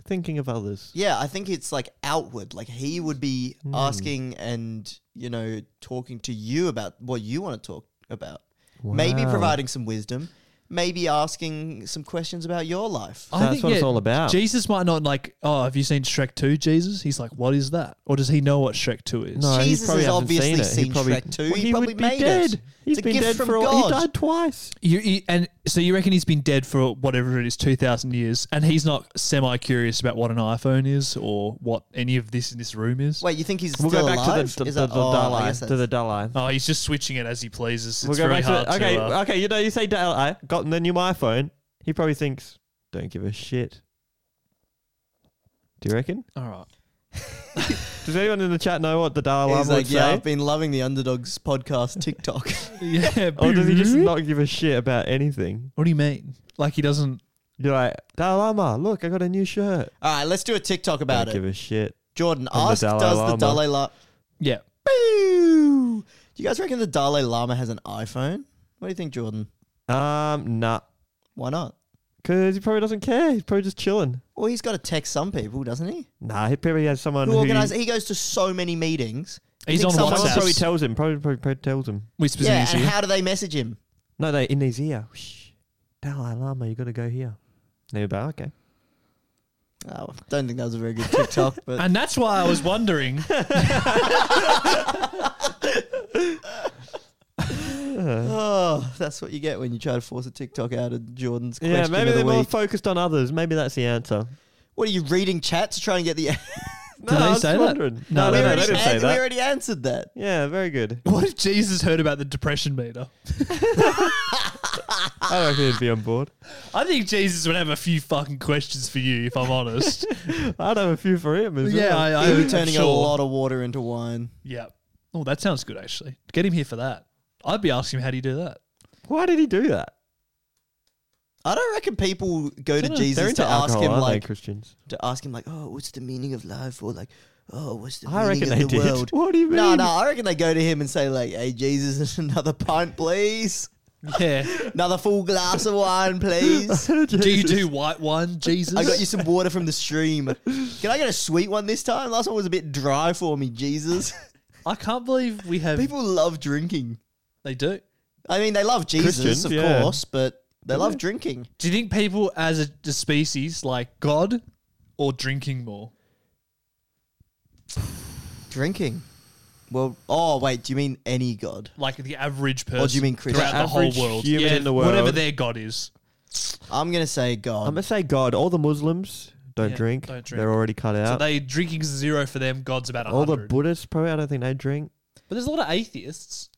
Speaker 3: thinking of others.
Speaker 4: yeah, I think it's like outward. Like he would be
Speaker 3: Hmm.
Speaker 4: asking and you know talking to you about what you want to talk about. Maybe
Speaker 3: Wow.
Speaker 4: providing some wisdom. Maybe asking some questions about your life.
Speaker 2: I
Speaker 3: That's what it's all about.
Speaker 2: Jesus might not like. Oh, have you seen Shrek Two? Jesus, he's like, what is that? Or does he know what Shrek Two is?
Speaker 3: No, he
Speaker 4: Jesus
Speaker 3: probably
Speaker 4: has
Speaker 3: hasn't
Speaker 4: obviously
Speaker 3: seen, it.
Speaker 4: seen
Speaker 3: he probably,
Speaker 4: Shrek 2.
Speaker 3: Well,
Speaker 4: He
Speaker 3: he
Speaker 4: probably
Speaker 3: would be
Speaker 4: made
Speaker 3: dead.
Speaker 4: it.
Speaker 3: He's
Speaker 4: It's a
Speaker 3: been
Speaker 4: gift
Speaker 3: dead
Speaker 4: from
Speaker 3: for a while. He
Speaker 4: God.
Speaker 3: died twice.
Speaker 2: You, you- and so you reckon he's been dead for whatever it is, two thousand years, and he's not semi curious about what an iPhone is or what any of this in this room is.
Speaker 4: Wait, you think he's
Speaker 3: We'll
Speaker 4: still
Speaker 3: go back
Speaker 4: alive?
Speaker 3: to the,
Speaker 4: Is
Speaker 3: the,
Speaker 4: that-
Speaker 3: the
Speaker 4: oh, I
Speaker 3: Dalai.
Speaker 4: guess
Speaker 3: To
Speaker 4: that's-
Speaker 3: the Dalai.
Speaker 2: Oh, he's just switching it as he pleases.
Speaker 3: We'll
Speaker 2: It's
Speaker 3: go
Speaker 2: very
Speaker 3: back to
Speaker 2: hard
Speaker 3: the, okay,
Speaker 2: to. uh,
Speaker 3: okay. You know, you say Dalai. Gotten the new iPhone. He probably thinks, don't give a shit. Do you reckon?
Speaker 2: all right.
Speaker 3: Does anyone in the chat know what the Dalai Lama
Speaker 4: He's like,
Speaker 3: would
Speaker 4: yeah,
Speaker 3: say?
Speaker 4: I've been loving the Underdogs podcast TikTok.
Speaker 2: Yeah.
Speaker 3: or does he just
Speaker 2: boo.
Speaker 3: not give a shit about anything?
Speaker 2: What do you mean? Like he doesn't?
Speaker 3: You're like, Dalai Lama, look, I got a new shirt.
Speaker 4: All right, let's do a TikTok about
Speaker 3: Don't
Speaker 4: it.
Speaker 3: give a shit.
Speaker 4: Jordan,
Speaker 3: From the
Speaker 4: ask,
Speaker 3: Dalai
Speaker 4: does the
Speaker 3: Lama.
Speaker 4: Dalai Lama...
Speaker 2: Yeah.
Speaker 4: Boo! Do you guys reckon the Dalai Lama has an iPhone? What do you think, Jordan?
Speaker 3: Um, nah.
Speaker 4: Why not?
Speaker 3: Because he probably doesn't care. He's probably just chilling.
Speaker 4: Well, he's got to text some people, doesn't he?
Speaker 3: Nah, he probably has someone
Speaker 4: Who
Speaker 3: who
Speaker 4: organizes? He goes to so many meetings. You
Speaker 2: He's
Speaker 4: think
Speaker 2: on
Speaker 4: someone-
Speaker 3: Someone
Speaker 2: WhatsApp.
Speaker 3: probably tells him. Probably, probably, probably tells him.
Speaker 2: We
Speaker 4: Yeah,
Speaker 2: specifically.
Speaker 4: and how do they message him?
Speaker 3: No, they in his ear. Shh, Dalai Lama, you got to go here. No, but okay.
Speaker 4: Oh, I don't think that was a very good TikTok, but
Speaker 2: And that's why I was wondering.
Speaker 4: oh, that's what you get when you try to force a TikTok out of Jordan's question
Speaker 3: yeah, maybe
Speaker 4: of the
Speaker 3: they're more
Speaker 4: week.
Speaker 3: focused on others. Maybe that's the answer.
Speaker 4: what are you reading chat to try and get the?
Speaker 3: No,
Speaker 2: they
Speaker 3: I was
Speaker 2: say that?
Speaker 3: wondering.
Speaker 2: No,
Speaker 3: No,
Speaker 2: we
Speaker 3: no, no,
Speaker 4: already
Speaker 3: they didn't say
Speaker 4: an-
Speaker 3: that.
Speaker 4: We already answered that.
Speaker 3: Yeah, very good.
Speaker 2: what if Jesus heard about the depression meter?
Speaker 3: I reckon he'd be on board.
Speaker 2: I think Jesus would have a few fucking questions for you, if I'm honest.
Speaker 3: I'd have a few for him as
Speaker 2: yeah,
Speaker 3: well.
Speaker 2: I, I,
Speaker 4: He'll be
Speaker 2: I'm
Speaker 4: turning
Speaker 2: sure.
Speaker 4: a lot of water into wine.
Speaker 2: Yeah. Oh, that sounds good actually. Get him here for that. I'd be asking him how do you do that.
Speaker 3: Why did he do that?
Speaker 4: I don't reckon people go to
Speaker 3: They're
Speaker 4: Jesus
Speaker 3: into
Speaker 4: to ask
Speaker 3: alcohol,
Speaker 4: him
Speaker 3: aren't they,
Speaker 4: like
Speaker 3: Christians.
Speaker 4: to ask him like, oh, what's the meaning of life, or like, oh, what's the
Speaker 3: I
Speaker 4: meaning
Speaker 3: reckon
Speaker 4: of
Speaker 3: they
Speaker 4: the
Speaker 3: did.
Speaker 4: world?
Speaker 3: What do you
Speaker 4: No,
Speaker 3: mean?
Speaker 4: no, I reckon they go to him and say like, hey, Jesus, another pint, please,
Speaker 2: Yeah.
Speaker 4: another full glass of wine, please.
Speaker 2: do you do white wine, Jesus?
Speaker 4: I got you some water from the stream. Can I get a sweet one this time? Last one was a bit dry for me, Jesus.
Speaker 2: I can't believe we have
Speaker 4: People love drinking.
Speaker 2: they do.
Speaker 4: I mean, they love Jesus,
Speaker 3: Christians,
Speaker 4: of
Speaker 3: yeah.
Speaker 4: course, but they love drinking.
Speaker 2: Do you think people as a, a species like God or drinking more?
Speaker 4: Drinking. Well, oh wait, do you mean any god?
Speaker 2: Like the average person
Speaker 4: you mean Christian?
Speaker 2: throughout
Speaker 3: The
Speaker 2: the whole
Speaker 3: average
Speaker 2: world.
Speaker 3: human
Speaker 2: yeah,
Speaker 3: in the
Speaker 2: Whatever
Speaker 3: world.
Speaker 2: their God is.
Speaker 4: I'm gonna say
Speaker 3: I'm
Speaker 4: god.
Speaker 3: gonna say God. All the Muslims don't
Speaker 2: Yeah,
Speaker 3: drink.
Speaker 2: don't drink.
Speaker 3: They're already cut
Speaker 2: So
Speaker 3: out.
Speaker 2: they drinking's zero for them, God's about a
Speaker 3: all the
Speaker 2: hundred.
Speaker 3: Buddhists probably. I don't think they drink.
Speaker 2: but there's a lot of atheists.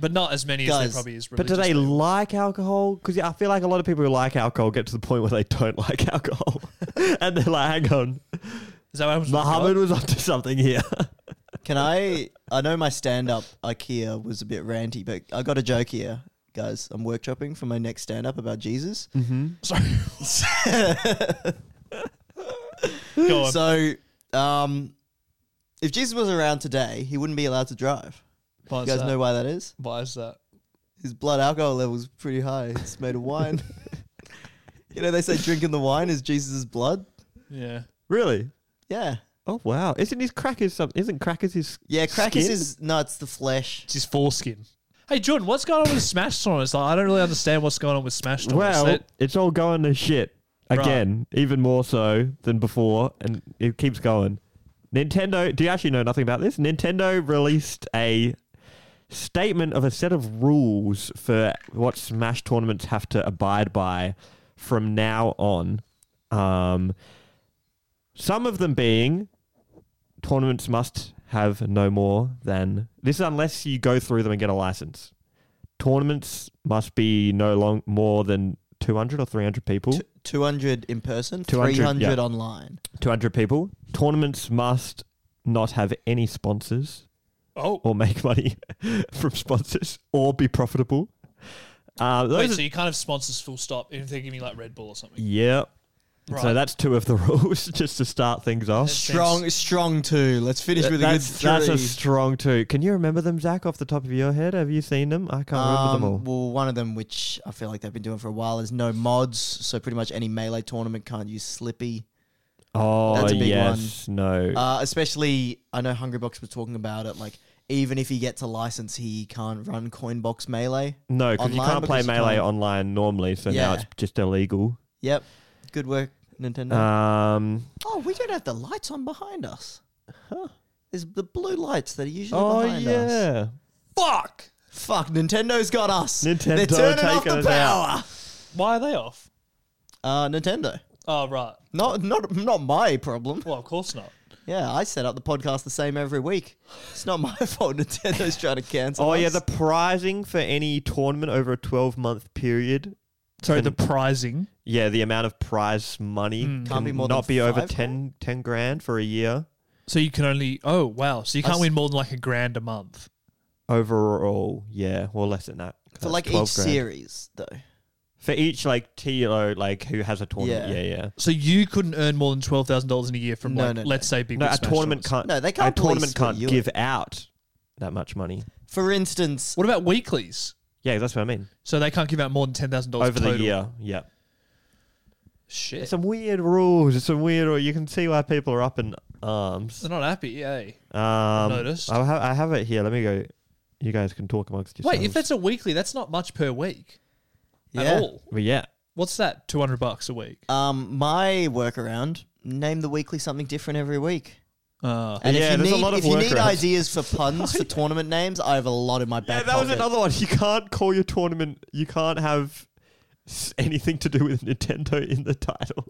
Speaker 2: But not as many as
Speaker 4: Guys,
Speaker 2: there probably is
Speaker 3: But do
Speaker 2: religious
Speaker 3: they
Speaker 2: people.
Speaker 3: like alcohol? Because I feel like a lot of people who like alcohol get to the point where they don't like alcohol, and they're like, "Hang on,
Speaker 2: Is that what happens with
Speaker 3: Muhammad
Speaker 2: God?
Speaker 3: was up to something here."
Speaker 4: Can I? I know my stand-up IKEA was a bit ranty, but I got a joke here, guys. I'm workshopping for my next stand-up about Jesus.
Speaker 3: Mm-hmm.
Speaker 2: Go on.
Speaker 4: So, um, if Jesus was around today, he wouldn't be allowed to drive.
Speaker 2: Why
Speaker 4: You
Speaker 2: is
Speaker 4: guys
Speaker 2: that?
Speaker 4: know why that is?
Speaker 2: Why is that?
Speaker 4: His blood alcohol level's pretty high. It's made of wine. you know they say drinking the wine is Jesus' blood.
Speaker 2: Yeah.
Speaker 3: really?
Speaker 4: Yeah,
Speaker 3: Oh wow! Isn't his crackers something? Isn't crackers his?
Speaker 4: yeah. Crack is
Speaker 3: Skin?
Speaker 4: his no, it's the flesh.
Speaker 2: It's his foreskin. Hey Jordan, what's going on with Smash Thomas? Like, I don't really understand what's going on with Smash Thomas.
Speaker 3: Well,
Speaker 2: That-
Speaker 3: it's all going to shit again, even more so than before, and it keeps going. Nintendo, do you actually know nothing about this? Nintendo released a statement of a set of rules for what Smash tournaments have to abide by from now on. Um, some of them being tournaments must have no more than this is unless you go through them and get a license tournaments must be no long more than 200 or 300 people.
Speaker 4: 200 in person,
Speaker 3: 200,
Speaker 4: 300
Speaker 3: yeah.
Speaker 4: online.
Speaker 3: 200 people. Tournaments must not have any sponsors
Speaker 2: Oh,
Speaker 3: or make money from sponsors or be profitable. Uh, those
Speaker 2: wait.
Speaker 3: are-
Speaker 2: So you kind of sponsors full stop if they're giving you like Red Bull or something.
Speaker 3: yeah.
Speaker 2: Right.
Speaker 3: So that's two of the rules just to start things off.
Speaker 4: Strong, strong two. Let's finish with
Speaker 3: That's,
Speaker 4: a good
Speaker 3: that's
Speaker 4: three.
Speaker 3: a strong two. Can you remember them, Zach, off the top of your head? Have you seen them? I can't remember them all.
Speaker 4: Um, well, one of them, which I feel like they've been doing for a while, is no mods. So pretty much any melee tournament can't use Slippy.
Speaker 3: Oh,
Speaker 4: That's a big
Speaker 3: yes. No.
Speaker 4: Uh, especially, I know Hungrybox was talking about it. Like, even if he gets a license, he can't run Coinbox melee.
Speaker 3: no, because you
Speaker 4: online
Speaker 3: can't play
Speaker 4: because you
Speaker 3: Melee
Speaker 4: can't-
Speaker 3: online normally, so now
Speaker 4: Yeah.
Speaker 3: it's just illegal.
Speaker 4: Yep. Good work, Nintendo.
Speaker 3: Um,
Speaker 4: oh, we don't have the lights on behind us. There's the blue lights that are usually
Speaker 3: oh,
Speaker 4: behind us.
Speaker 3: yeah.
Speaker 2: Fuck.
Speaker 4: Fuck, Nintendo's got us. They're
Speaker 3: Nintendo
Speaker 4: turning off
Speaker 3: taking
Speaker 4: the
Speaker 3: us out.
Speaker 4: power.
Speaker 2: Why are they off?
Speaker 4: Uh, Nintendo.
Speaker 2: Oh right.
Speaker 4: Not, not, not my problem.
Speaker 2: Well, of course not.
Speaker 4: Yeah, I set up the podcast the same every week. It's not my fault Nintendo's trying to cancel.
Speaker 3: Oh, yeah.
Speaker 4: us.
Speaker 3: The prizing for any tournament over a 12 month period.
Speaker 2: Sorry, the prizing.
Speaker 3: Yeah, the amount of prize money can
Speaker 4: Hmm. Can't be more
Speaker 3: not
Speaker 4: than
Speaker 3: be over
Speaker 4: five
Speaker 3: 10, 10 grand for a year
Speaker 2: So you can only. Oh wow. So you can't
Speaker 4: s-
Speaker 2: win more than like a grand a month.
Speaker 3: overall. Yeah, or less than that. 'cause
Speaker 4: for
Speaker 3: that's
Speaker 4: like each
Speaker 3: 12 grand.
Speaker 4: series though.
Speaker 3: For each like TLO, like who has a tournament.
Speaker 4: Yeah.
Speaker 3: Yeah, yeah.
Speaker 2: So you couldn't earn more than twelve thousand dollars in a year from
Speaker 4: No,
Speaker 2: like
Speaker 4: no, no.
Speaker 2: let's say big.
Speaker 3: No,
Speaker 2: Big
Speaker 3: a
Speaker 2: Smash
Speaker 3: tournament
Speaker 2: Brothers.
Speaker 3: can't.
Speaker 4: No, they can't
Speaker 3: A tournament
Speaker 4: police what
Speaker 3: can't
Speaker 4: you-
Speaker 3: give out that much money.
Speaker 4: For instance,
Speaker 2: What about weeklies?
Speaker 3: Yeah, that's what I mean.
Speaker 2: So they can't give out more than ten thousand dollars
Speaker 3: Over the year, yeah.
Speaker 2: Shit.
Speaker 3: It's some weird rules. It's some weird. Or you can see why people are up in arms.
Speaker 2: They're not happy, eh?
Speaker 3: Um,
Speaker 2: noticed.
Speaker 3: I have, I have it here. Let me go. You guys can talk amongst yourselves.
Speaker 2: Wait, if that's a weekly, that's not much per week
Speaker 4: Yeah.
Speaker 2: at all.
Speaker 3: But yeah,
Speaker 2: What's that? Two hundred bucks a week.
Speaker 4: um, my workaround name the weekly something different every week.
Speaker 2: Uh,
Speaker 4: And
Speaker 3: Yeah,
Speaker 4: if you
Speaker 3: there's a
Speaker 4: need,
Speaker 3: lot of
Speaker 4: if you need
Speaker 3: workarounds.
Speaker 4: ideas for puns for tournament names, I have a lot in my
Speaker 3: yeah.
Speaker 4: back
Speaker 3: That was
Speaker 4: pocket.
Speaker 3: another one. You can't call your tournament. You can't have s- anything to do with Nintendo in the title,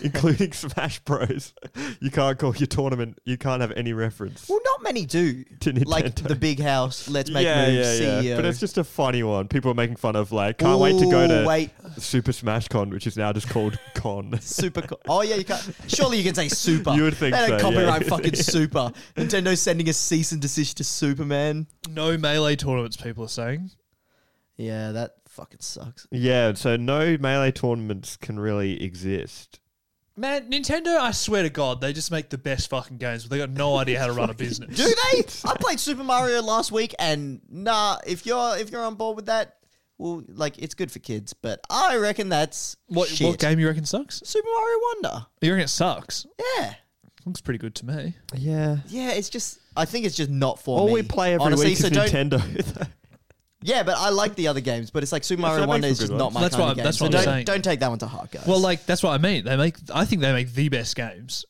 Speaker 3: including Smash Bros. You can't call your tournament. You can't have any reference.
Speaker 4: Well, not many do.
Speaker 3: To
Speaker 4: Like
Speaker 3: Nintendo.
Speaker 4: the big house, let's make moves, CEO.
Speaker 3: But it's just a funny one. People are making fun of like, can't wait to go
Speaker 4: Ooh,
Speaker 3: to
Speaker 4: wait.
Speaker 3: Super Smash Con, which is now just called Con.
Speaker 4: Super. Co- oh yeah, you can't. Surely you can say super.
Speaker 3: You would think
Speaker 4: they don't
Speaker 3: so, yeah.
Speaker 4: copyright fucking super. Nintendo's sending a cease and desist to Superman.
Speaker 2: no melee tournaments. People are saying.
Speaker 4: Yeah, that fucking sucks.
Speaker 3: yeah, so no melee tournaments can really exist.
Speaker 2: Man, Nintendo, I swear to God, they just make the best fucking games, but they got no idea how to run a business.
Speaker 4: Do they? I played Super Mario last week, and nah. If you're if you're on board with that, well, like it's good for kids, but I reckon that's
Speaker 2: what,
Speaker 4: shit.
Speaker 2: what game you reckon sucks?
Speaker 4: Super Mario Wonder.
Speaker 2: You reckon it sucks?
Speaker 4: Yeah,
Speaker 2: Looks pretty good to me.
Speaker 3: Yeah.
Speaker 4: yeah. It's just I think it's just not for
Speaker 3: All
Speaker 4: me.
Speaker 3: we play every
Speaker 4: Honestly,
Speaker 3: week
Speaker 4: so
Speaker 3: is
Speaker 4: don't-
Speaker 3: Nintendo. though.
Speaker 4: Yeah, but I like the other games, but it's like Super Mario
Speaker 3: that
Speaker 4: Wonder
Speaker 3: makes some
Speaker 4: is just
Speaker 3: good
Speaker 4: not
Speaker 3: ones.
Speaker 4: my
Speaker 2: That's
Speaker 4: kind
Speaker 2: what
Speaker 4: of
Speaker 2: I'm-
Speaker 4: game.
Speaker 2: that's
Speaker 4: so
Speaker 2: what I'm
Speaker 4: don't
Speaker 2: saying.
Speaker 4: don't take that one to heart, guys.
Speaker 2: Well, like that's what I mean. They make. I think they make the best games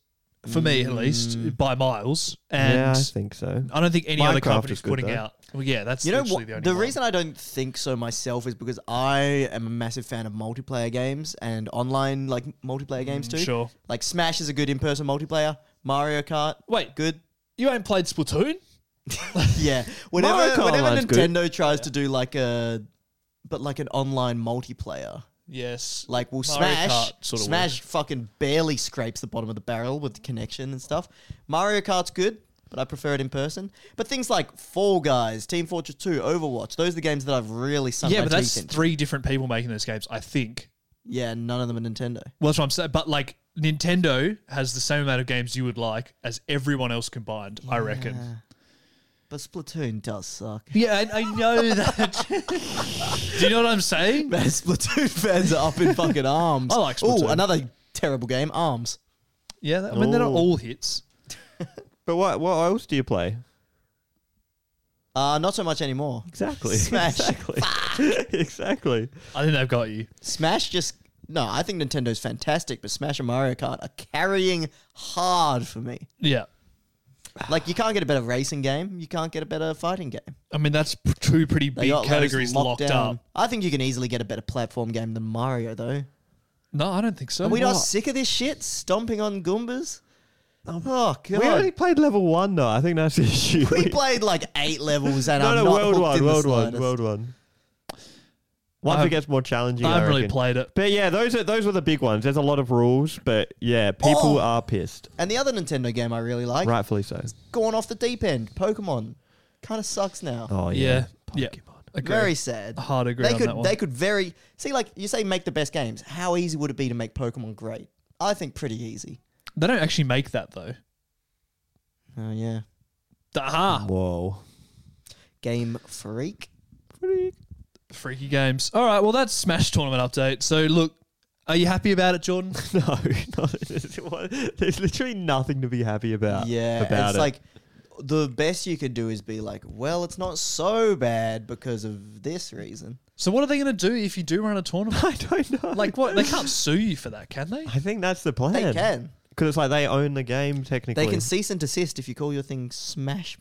Speaker 2: for me, at least by miles. And
Speaker 3: Mm. yeah, I think so.
Speaker 2: I don't think any other
Speaker 3: Minecraft
Speaker 2: company's
Speaker 3: is good,
Speaker 2: putting
Speaker 3: though.
Speaker 2: out. Well, yeah, that's
Speaker 4: You know
Speaker 2: literally
Speaker 4: what?
Speaker 2: the
Speaker 4: The,
Speaker 2: only one.
Speaker 4: reason I don't think so myself is because I am a massive fan of multiplayer games and online like multiplayer games too.
Speaker 2: Mm, sure.
Speaker 4: Like Smash is a good in-person multiplayer. Mario Kart.
Speaker 2: Wait.
Speaker 4: good.
Speaker 2: you ain't played Splatoon.
Speaker 4: Yeah. Whenever
Speaker 3: Kart
Speaker 4: whenever
Speaker 3: Online's good.
Speaker 4: Nintendo tries to do like a, but like an online multiplayer,
Speaker 2: Yes.
Speaker 4: like well
Speaker 2: Mario
Speaker 4: Smash
Speaker 2: Kart sorta
Speaker 4: Smash fucking barely scrapes the bottom of the barrel with the connection and stuff. Mario Kart's good. But I prefer it in person. But things like Fall Guys, Team Fortress 2, Overwatch, those are the games that I've really sunk
Speaker 2: Yeah,
Speaker 4: my
Speaker 2: but that's
Speaker 4: teeth into.
Speaker 2: three different people making those games. I think.
Speaker 4: Yeah, none of them are Nintendo.
Speaker 2: Well, that's what I'm saying. But like Nintendo has the same amount of games you would like as everyone else combined. I reckon.
Speaker 4: But Splatoon does suck.
Speaker 2: Yeah, I, I know that. Do you know what I'm saying?
Speaker 4: Man, Splatoon fans are up in fucking arms.
Speaker 2: I like
Speaker 4: Oh,
Speaker 2: Splatoon.
Speaker 4: another terrible game, Arms.
Speaker 2: Yeah, that- I mean they're not
Speaker 3: Ooh.
Speaker 2: all hits.
Speaker 3: But what what else do you play?
Speaker 4: Uh, not so much anymore.
Speaker 3: Exactly.
Speaker 4: Smash.
Speaker 3: Exactly. exactly.
Speaker 2: I think they've got you.
Speaker 4: Smash just no. I think Nintendo's fantastic, but Smash and Mario Kart are carrying hard for me.
Speaker 2: Yeah.
Speaker 4: Like you can't get a better racing game. You can't get a better fighting game.
Speaker 2: I mean that's p- two pretty
Speaker 4: They
Speaker 2: big
Speaker 4: got those
Speaker 2: categories locked,
Speaker 4: down.
Speaker 2: up.
Speaker 4: I think you can easily get a better platform game than Mario, though.
Speaker 2: No, I don't think so.
Speaker 4: Are we not
Speaker 2: What?
Speaker 4: sick of this shit? Stomping on Goombas. Oh, god.
Speaker 3: We only played level one though. I think that's the issue.
Speaker 4: We played like eight levels and
Speaker 3: no,
Speaker 4: I'm
Speaker 3: no,
Speaker 4: not
Speaker 3: world
Speaker 4: hooked
Speaker 3: one,
Speaker 4: in
Speaker 3: world
Speaker 4: the
Speaker 3: one,
Speaker 4: slightest.
Speaker 3: world one. Once
Speaker 2: I've-
Speaker 3: it gets more challenging,
Speaker 2: I've
Speaker 3: I
Speaker 2: really
Speaker 3: reckon.
Speaker 2: played it.
Speaker 3: But yeah, those are those were the big ones. There's a lot of rules, but yeah, people
Speaker 4: Oh.
Speaker 3: are pissed.
Speaker 4: And the other Nintendo game I really like,
Speaker 3: Rightfully so.
Speaker 4: gone off the deep end. Pokemon kind of sucks now.
Speaker 3: Oh
Speaker 2: yeah.
Speaker 3: yeah.
Speaker 2: Yeah. Agree.
Speaker 4: Very sad.
Speaker 2: Hard agree
Speaker 4: They
Speaker 2: on
Speaker 4: could
Speaker 2: that one.
Speaker 4: they could very see like you say make the best games. How easy would it be to make Pokemon great? I think pretty easy.
Speaker 2: They don't actually make that though.
Speaker 4: Oh yeah,
Speaker 2: Aha.
Speaker 3: Whoa.
Speaker 4: Game Freak.
Speaker 2: Freaky games. All right. Well, that's Smash tournament update. So look, are you happy about it, Jordan?
Speaker 3: No, no there's, there's literally nothing to be happy
Speaker 2: Uh,
Speaker 3: about.
Speaker 4: yeah,
Speaker 3: about
Speaker 4: it's
Speaker 3: it.
Speaker 4: like the best you could do is be like, well, it's not so bad because of this reason.
Speaker 2: So what are they going to do if you do run a tournament?
Speaker 3: I don't know.
Speaker 2: like what? They can't sue you for that, can they?
Speaker 3: I think that's the plan.
Speaker 4: They can.
Speaker 3: because it's like they own the game technically.
Speaker 4: They can cease and desist if you call your thing Smash.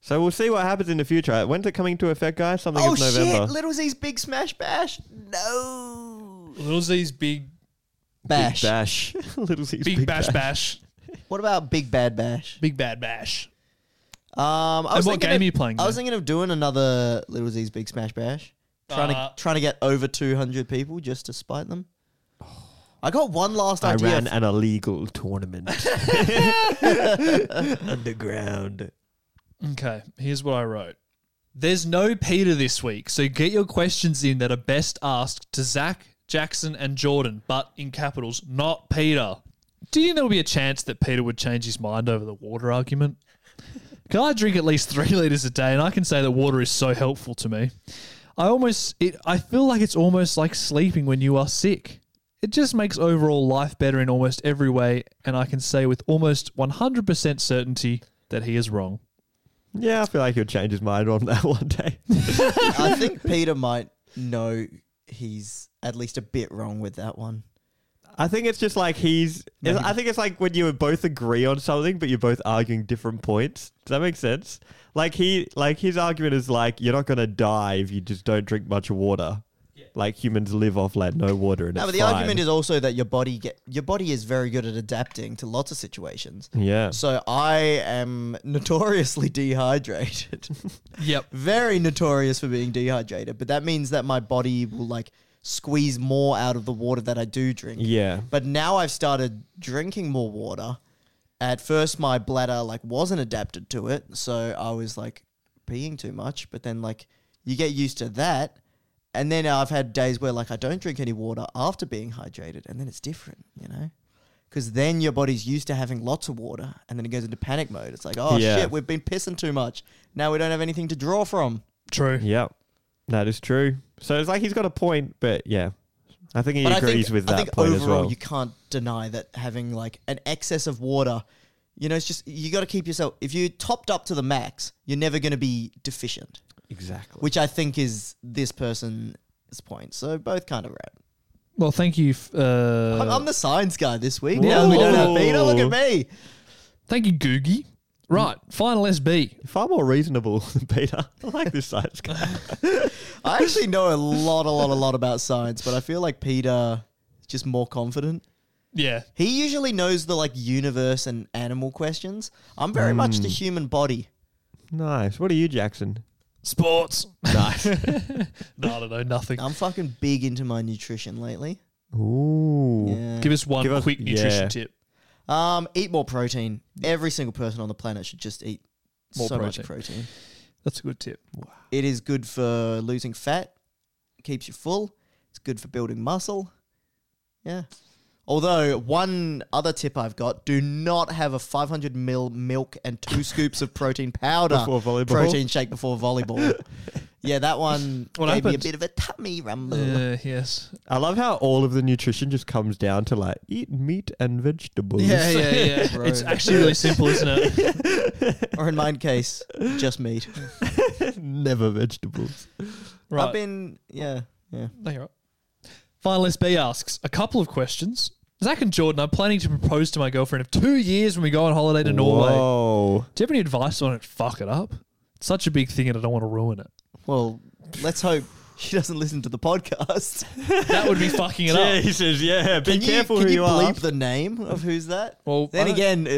Speaker 3: so we'll see what happens in the future. When's it coming into effect, guys? Something
Speaker 4: Oh
Speaker 3: of November.
Speaker 4: shit! Little Z's big Smash Bash. No.
Speaker 2: Little Z's big
Speaker 4: Bash.
Speaker 3: Big bash. Little C's
Speaker 2: big, bash, bash
Speaker 4: What about Big Bad Bash?
Speaker 2: big bad bash.
Speaker 4: Um, I
Speaker 2: And
Speaker 4: was
Speaker 2: what
Speaker 4: thinking
Speaker 2: game
Speaker 4: of-
Speaker 2: are you playing,
Speaker 4: I was
Speaker 2: though?
Speaker 4: thinking of doing another Little Z's Big Smash Bash, trying
Speaker 2: Uh,
Speaker 4: to trying to get over two hundred people just to spite them. I got one last
Speaker 3: I
Speaker 4: idea.
Speaker 3: ran an illegal tournament underground.
Speaker 2: Okay, here's what I wrote. There's no Peter this week, so get your questions in that are best asked to Zach, Jackson, and Jordan, but in capitals, not Peter. Do you think there'll be a chance that Peter would change his mind over the water argument? Can I drink at least three liters a day, and I can say that water is so helpful to me. I almost, it, I feel like it's almost like sleeping when you are sick. It just makes overall life better in almost every way, and I can say with almost 100% certainty that he is wrong.
Speaker 3: Yeah, I feel like he'll change his mind on that one day.
Speaker 4: I think Peter might know he's at least a bit wrong with that one.
Speaker 3: I think it's just like he's. it's- I think it's like when you both agree on something, but you're both arguing different points. Does that make sense? Like he, like his argument is like you're not gonna die if you just don't drink much water. Like humans live off like no water, and
Speaker 4: No,
Speaker 3: it's
Speaker 4: but the
Speaker 3: fine.
Speaker 4: argument is also that your body get your body is very good at adapting to lots of situations.
Speaker 3: yeah.
Speaker 4: So I am notoriously dehydrated.
Speaker 2: Yep.
Speaker 4: very notorious for being dehydrated, but that means that my body will like squeeze more out of the water that I do drink.
Speaker 3: Yeah.
Speaker 4: But now I've started drinking more water. At first my bladder like wasn't adapted to it, so I was like peeing too much, but then like you get used to that. And then I've had days where like I don't drink any water after being hydrated, and then it's different, you know? Because then your body's used to having lots of water, and then it goes into panic mode. It's like, oh
Speaker 3: Yeah.
Speaker 4: shit, we've been pissing too much. Now we don't have anything to draw from.
Speaker 2: True.
Speaker 3: Yeah, that is true. So it's like he's got a point, but yeah, I think he
Speaker 4: but
Speaker 3: agrees
Speaker 4: I think,
Speaker 3: with
Speaker 4: I
Speaker 3: that
Speaker 4: think
Speaker 3: point
Speaker 4: overall
Speaker 3: as well.
Speaker 4: you can't deny that having like an excess of water, you know, it's just you got to keep yourself. If you topped up to the max, you're never going to be deficient,
Speaker 3: exactly.
Speaker 4: which I think is this person's point. So both kind of right.
Speaker 2: Well, thank you. f- Uh,
Speaker 4: I'm, I'm the science guy this week. Now we don't have Peter. Look at me.
Speaker 2: thank you, Googie. Right, final SB.
Speaker 3: Far more reasonable than Peter. I like this science guy.
Speaker 4: I actually know a lot, a lot, a lot about science, but I feel like Peter is just more confident.
Speaker 2: Yeah.
Speaker 4: He usually knows the like universe and animal questions. I'm very much the human body.
Speaker 3: nice. What are you, Jackson?
Speaker 2: Sports. Nice. no, I don't know. Nothing.
Speaker 3: Um,
Speaker 4: I'm fucking big into my nutrition lately.
Speaker 3: Ooh.
Speaker 4: Yeah.
Speaker 2: Give us one
Speaker 3: Give us-
Speaker 2: quick nutrition
Speaker 3: yeah.
Speaker 2: tip.
Speaker 4: Um, eat more protein. Every single person on the planet should just eat
Speaker 2: More
Speaker 4: so
Speaker 2: protein.
Speaker 4: much protein.
Speaker 2: That's a good tip.
Speaker 4: It is good for losing fat, keeps you full. It's good for building muscle. Yeah. Although one other tip I've got: do not have a 500 ml milk and two scoops of protein powder
Speaker 3: Before volleyball?
Speaker 4: protein shake before volleyball. yeah, that one
Speaker 2: What
Speaker 4: gave me a
Speaker 2: happened?
Speaker 4: bit of a tummy rumble.
Speaker 2: Uh, yes.
Speaker 3: I love how all of the nutrition just comes down to like eat meat and vegetables.
Speaker 2: Yeah, yeah, yeah. it's actually really simple, isn't it?
Speaker 4: Or in my case, just meat.
Speaker 3: Never vegetables.
Speaker 2: Right.
Speaker 4: I've been yeah yeah.
Speaker 2: No, you're right. Final SB asks a couple of questions. Zach and Jordan, I'm planning to propose to my girlfriend of two years when we go on holiday to Norway.
Speaker 3: Whoa.
Speaker 2: Do you have any advice on it? Fuck it up. It's such a big thing, and I don't want to ruin it.
Speaker 4: Well, let's hope she doesn't listen to the podcast.
Speaker 2: That would be fucking it up.
Speaker 3: Jesus, yeah. Be
Speaker 4: Can you,
Speaker 3: careful
Speaker 4: can
Speaker 3: who you,
Speaker 4: you,
Speaker 3: are.
Speaker 4: bleep the name of who's that?
Speaker 2: Well, I
Speaker 4: then
Speaker 2: don't-
Speaker 4: again,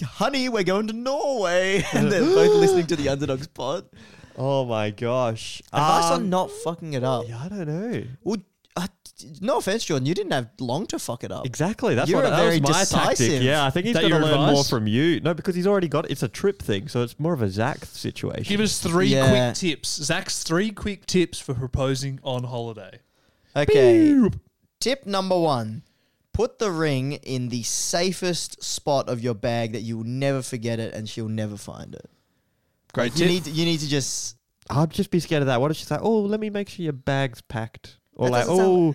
Speaker 4: uh, honey, we're going to Norway, and they're both listening to the Underdogs pod.
Speaker 3: Oh my gosh.
Speaker 4: Advice
Speaker 3: Um,
Speaker 4: on not fucking it up.
Speaker 3: yeah, I don't know.
Speaker 4: Well, uh, no offense, Jordan, you didn't have long to fuck it up.
Speaker 3: Exactly. That's
Speaker 4: You're
Speaker 3: what
Speaker 4: a
Speaker 3: that
Speaker 4: very
Speaker 3: was my
Speaker 4: decisive.
Speaker 3: tactic. Yeah, I think he's
Speaker 2: That
Speaker 3: got to
Speaker 2: your
Speaker 3: learn more
Speaker 2: advice?
Speaker 3: from you. No, because he's already got it's a trip thing, so it's more of a Zach situation.
Speaker 2: Give us three
Speaker 4: Yeah.
Speaker 2: quick tips. Zach's three quick tips for proposing on holiday.
Speaker 4: Okay. Tip number one put the ring in the safest spot of your bag that you will never forget it and she'll never find it.
Speaker 2: Great
Speaker 4: You
Speaker 2: tip.
Speaker 4: need to, you need to just.
Speaker 3: I'd just be scared of that. What if she's like, oh, let me make sure your bag's packed, or
Speaker 4: That
Speaker 3: like,
Speaker 4: doesn't
Speaker 3: oh,
Speaker 4: sound-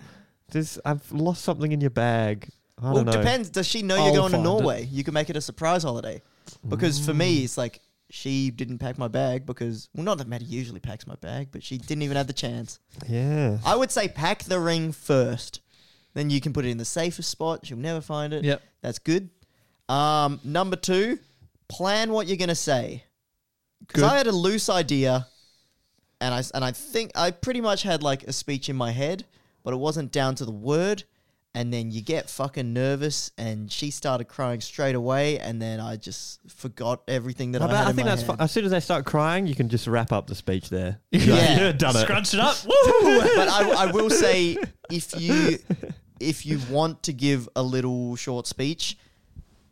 Speaker 3: this I've lost something in your bag. I
Speaker 4: Well,
Speaker 3: don't know.
Speaker 4: depends. Does she know you're
Speaker 2: I'll
Speaker 4: going to
Speaker 2: find
Speaker 4: Norway? You can make it a surprise holiday. Because for me, it's like she didn't pack my bag because, well, not that Maddie usually packs my bag, but she didn't even have the chance.
Speaker 3: Yeah.
Speaker 4: I would say pack the ring first. Then you can put it in the safest spot. She'll never find it.
Speaker 2: Yep.
Speaker 4: That's good. Um, number two, plan what you're going to say. Because
Speaker 2: Good.
Speaker 4: I had a loose idea, and I, s- and I think I pretty much had like a speech in my head, but it wasn't down to the word. And then you get fucking nervous, and she started crying straight away, and then I just forgot everything that
Speaker 3: How
Speaker 4: I had
Speaker 3: about, I
Speaker 4: in
Speaker 3: think
Speaker 4: my
Speaker 3: that's
Speaker 4: head.
Speaker 3: fine. as soon as they start crying, you can just wrap up the speech there.
Speaker 4: Yeah.
Speaker 3: You've done it.
Speaker 2: Scrunch it up. Woo!
Speaker 4: but I, I will say if you if you want to give a little short speech,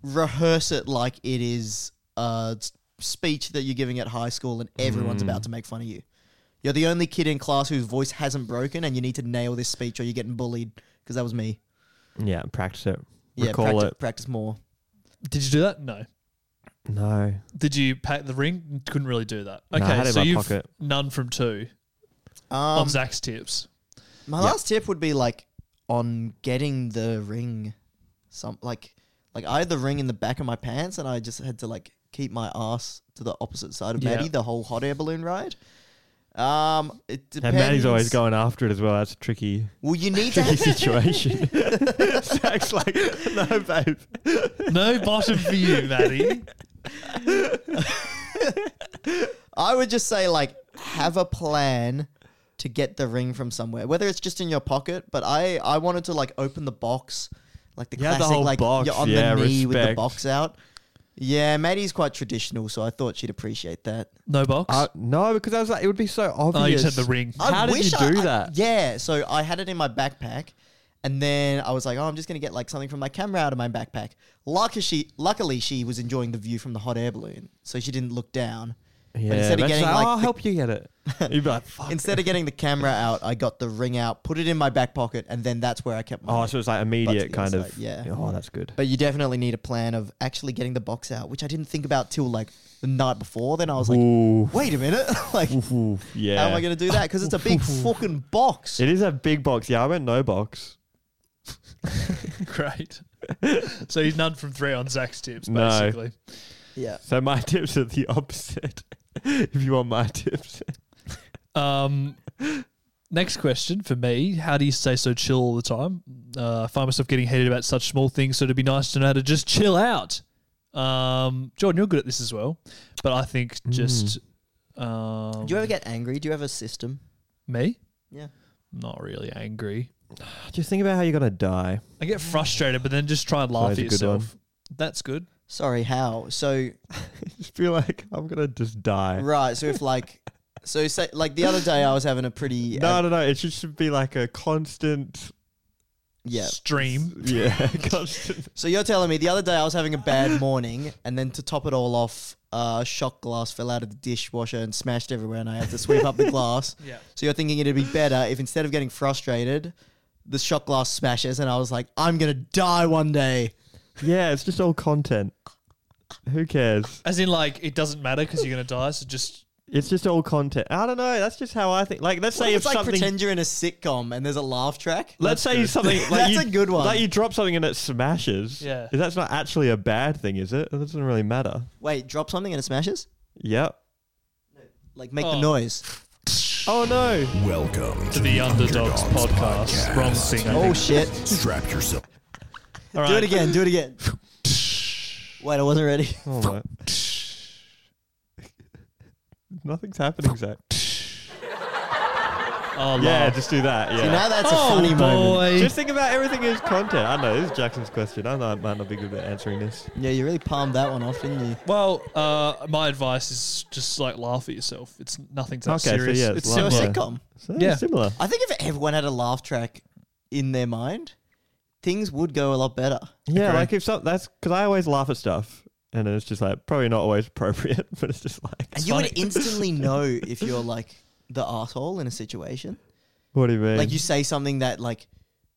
Speaker 4: rehearse it like it is a s- speech that you're giving at high school and everyone's about to make fun of you. You're the only kid in class whose voice hasn't broken, and you need to nail this speech or you're getting bullied. Because that was me.
Speaker 3: Yeah, practice it.
Speaker 4: Yeah,
Speaker 3: Recall
Speaker 4: practice,
Speaker 3: it.
Speaker 4: practice more.
Speaker 2: Did you do that? No.
Speaker 3: No.
Speaker 2: Did you pack the ring? Couldn't really do that. Okay,
Speaker 3: I had it in
Speaker 2: so
Speaker 3: my
Speaker 2: you've
Speaker 3: pocket.
Speaker 2: none from two
Speaker 4: Um,
Speaker 2: on Zach's tips.
Speaker 4: my last tip would be like on getting the ring. Some like like I had the ring in the back of my pants, and I just had to like keep my ass to the opposite side of
Speaker 2: Yeah.
Speaker 4: Maddie the whole hot air balloon ride. Um, it depends.
Speaker 3: And Maddie's always going after it as well. That's a tricky,
Speaker 4: Well, you need to.
Speaker 3: tricky
Speaker 4: Have,
Speaker 3: situation. Zach's like, no, babe.
Speaker 2: No bottom for you, Maddie.
Speaker 4: I would just say like have a plan to get the ring from somewhere, whether it's just in your pocket. But I I wanted to like open the box, like the
Speaker 3: Yeah, the
Speaker 4: classic
Speaker 3: whole
Speaker 4: like
Speaker 3: box.
Speaker 4: you're on
Speaker 3: Yeah,
Speaker 4: the knee with the
Speaker 3: respect.
Speaker 4: box out. Yeah, Maddie's quite traditional, so I thought she'd appreciate that.
Speaker 2: No box.
Speaker 3: Uh, no, because I was like, it would be so obvious.
Speaker 2: oh, you said the ring.
Speaker 3: How
Speaker 4: I
Speaker 3: did
Speaker 4: wish
Speaker 3: you
Speaker 4: I-
Speaker 3: do
Speaker 4: I-
Speaker 3: that?
Speaker 4: yeah, so I had it in my backpack, and then I was like, "Oh, I'm just gonna get like something from my camera out of my backpack." Luckily, she luckily she was enjoying the view from the hot air balloon, so she didn't look down. But
Speaker 3: Yeah,
Speaker 4: instead of
Speaker 3: Matt's
Speaker 4: getting
Speaker 3: like,
Speaker 4: like
Speaker 3: "Oh, I'll
Speaker 4: the-
Speaker 3: help you get it. You'd be like, fuck.
Speaker 4: instead of getting the camera out, I got the ring out, put it in my back pocket, and then that's where I kept my.
Speaker 3: oh, so it's like
Speaker 4: But
Speaker 3: immediate
Speaker 4: the
Speaker 3: kind
Speaker 4: other
Speaker 3: of.
Speaker 4: side, yeah.
Speaker 3: Oh, that's good.
Speaker 4: but you definitely need a plan of actually getting the box out, which I didn't think about till like the night before. Then I was like,
Speaker 3: Oof.
Speaker 4: "Wait a minute, like."
Speaker 3: Oof, yeah.
Speaker 4: How am I going to do that? Because it's a big fucking box.
Speaker 3: It is a big box. Yeah, I went no box.
Speaker 2: Great. so he's none from three on Zach's tips,
Speaker 3: No.
Speaker 2: basically.
Speaker 4: Yeah.
Speaker 3: So my tips are the opposite. if you want my tips.
Speaker 2: Um, next question for me: How do you stay so chill all the time? Uh, I find myself getting heated about such small things, so it'd be nice to know how to just chill out. Um, Jordan, you're good at this as well, but I think
Speaker 3: Mm.
Speaker 2: just um,
Speaker 4: Do you ever get angry? Do you have a system?
Speaker 2: me
Speaker 4: Yeah.
Speaker 2: not really angry.
Speaker 3: Just think about how you're gonna die.
Speaker 2: I get frustrated, but then just try and laugh
Speaker 3: That's
Speaker 2: at
Speaker 3: a good one.
Speaker 2: yourself. That's good.
Speaker 4: Sorry, how? So
Speaker 3: Just be like, I'm gonna just die.
Speaker 4: right, so if like so say like the other day I was having a pretty
Speaker 3: No,
Speaker 4: uh,
Speaker 3: no, no. It should, should be like a constant.
Speaker 4: yeah.
Speaker 2: Stream.
Speaker 3: Yeah, constant.
Speaker 4: So you're telling me the other day I was having a bad morning and then to top it all off, uh shot glass fell out of the dishwasher and smashed everywhere and I had to sweep up the glass.
Speaker 2: Yeah.
Speaker 4: So you're thinking it'd be better if instead of getting frustrated, the shot glass smashes and I was like, I'm gonna die one day.
Speaker 3: Yeah, it's just all content. Who cares?
Speaker 2: As in, like it doesn't matter because you're gonna die. So just
Speaker 3: It's just all content. I don't know. That's just how I think. Like, let's
Speaker 4: So
Speaker 3: say if
Speaker 4: it's like
Speaker 3: something.
Speaker 4: pretend you're in a sitcom and there's a laugh track.
Speaker 3: Let's say something. Like
Speaker 4: That's
Speaker 3: you,
Speaker 4: a good one.
Speaker 3: Like you drop something and it smashes.
Speaker 2: Yeah.
Speaker 3: That's not actually a bad thing, is it? It doesn't really matter.
Speaker 4: Wait, drop something and it smashes?
Speaker 3: Yep.
Speaker 4: Like make the
Speaker 2: Oh.
Speaker 4: noise.
Speaker 3: Oh no.
Speaker 1: Welcome
Speaker 2: to the Underdogs podcast. Wrong thing. I
Speaker 4: Oh
Speaker 2: think.
Speaker 4: shit.
Speaker 1: Strap yourself.
Speaker 2: All right.
Speaker 4: Do it again. Do it again. Wait, I wasn't ready.
Speaker 3: Oh my. Nothing's happening, Zach.
Speaker 2: Oh,
Speaker 3: Yeah,
Speaker 2: love.
Speaker 3: just do that. Yeah.
Speaker 4: See, now that's
Speaker 2: Oh,
Speaker 4: a funny moment.
Speaker 2: boy.
Speaker 3: Just think about everything as content. I know this is Jackson's question. I know I might not be good at answering this.
Speaker 4: Yeah, you really palmed that one off, didn't you?
Speaker 2: Well, uh, my advice is just like laugh at yourself. It's nothing that
Speaker 3: Okay, so
Speaker 2: serious.
Speaker 3: yeah,
Speaker 2: it's
Speaker 3: it's
Speaker 4: So a
Speaker 2: similar.
Speaker 3: laugh.
Speaker 4: sitcom.
Speaker 3: So
Speaker 2: Yeah.
Speaker 3: similar.
Speaker 4: I think if everyone had a laugh track in their mind, things would go a lot better.
Speaker 3: Yeah, like if some that's because I always laugh at stuff, and it's just like probably not always appropriate, but it's just like.
Speaker 4: And you would instantly know if you're like the asshole in a situation.
Speaker 3: What do you mean?
Speaker 4: Like you say something that like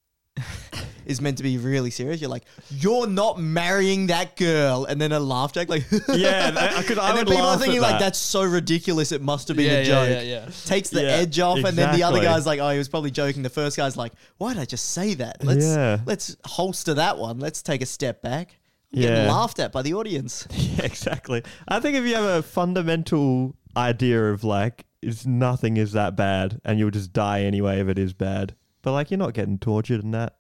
Speaker 4: is meant to be really serious. You're like, you're not marrying that girl, and then a laugh track like,
Speaker 3: Yeah, that- 'cause I
Speaker 4: and then
Speaker 3: would
Speaker 4: people
Speaker 3: laugh
Speaker 4: are thinking
Speaker 3: at
Speaker 4: like
Speaker 3: that.
Speaker 4: that's so ridiculous. It must have been
Speaker 2: Yeah,
Speaker 4: a
Speaker 2: yeah,
Speaker 4: joke.
Speaker 2: yeah, yeah.
Speaker 4: Takes the
Speaker 3: Yeah,
Speaker 4: edge off, and then the other
Speaker 3: exactly.
Speaker 4: guy's like, oh, he was probably joking. The first guy's like, why did I just say that? Let's
Speaker 3: Yeah.
Speaker 4: let's holster that one. Let's take a step back. I'm
Speaker 3: Yeah.
Speaker 4: Getting laughed at by the audience.
Speaker 3: Yeah, exactly. I think if you have a fundamental idea of like, it's nothing is that bad, and you'll just die anyway if it is bad. But like, you're not getting tortured in that.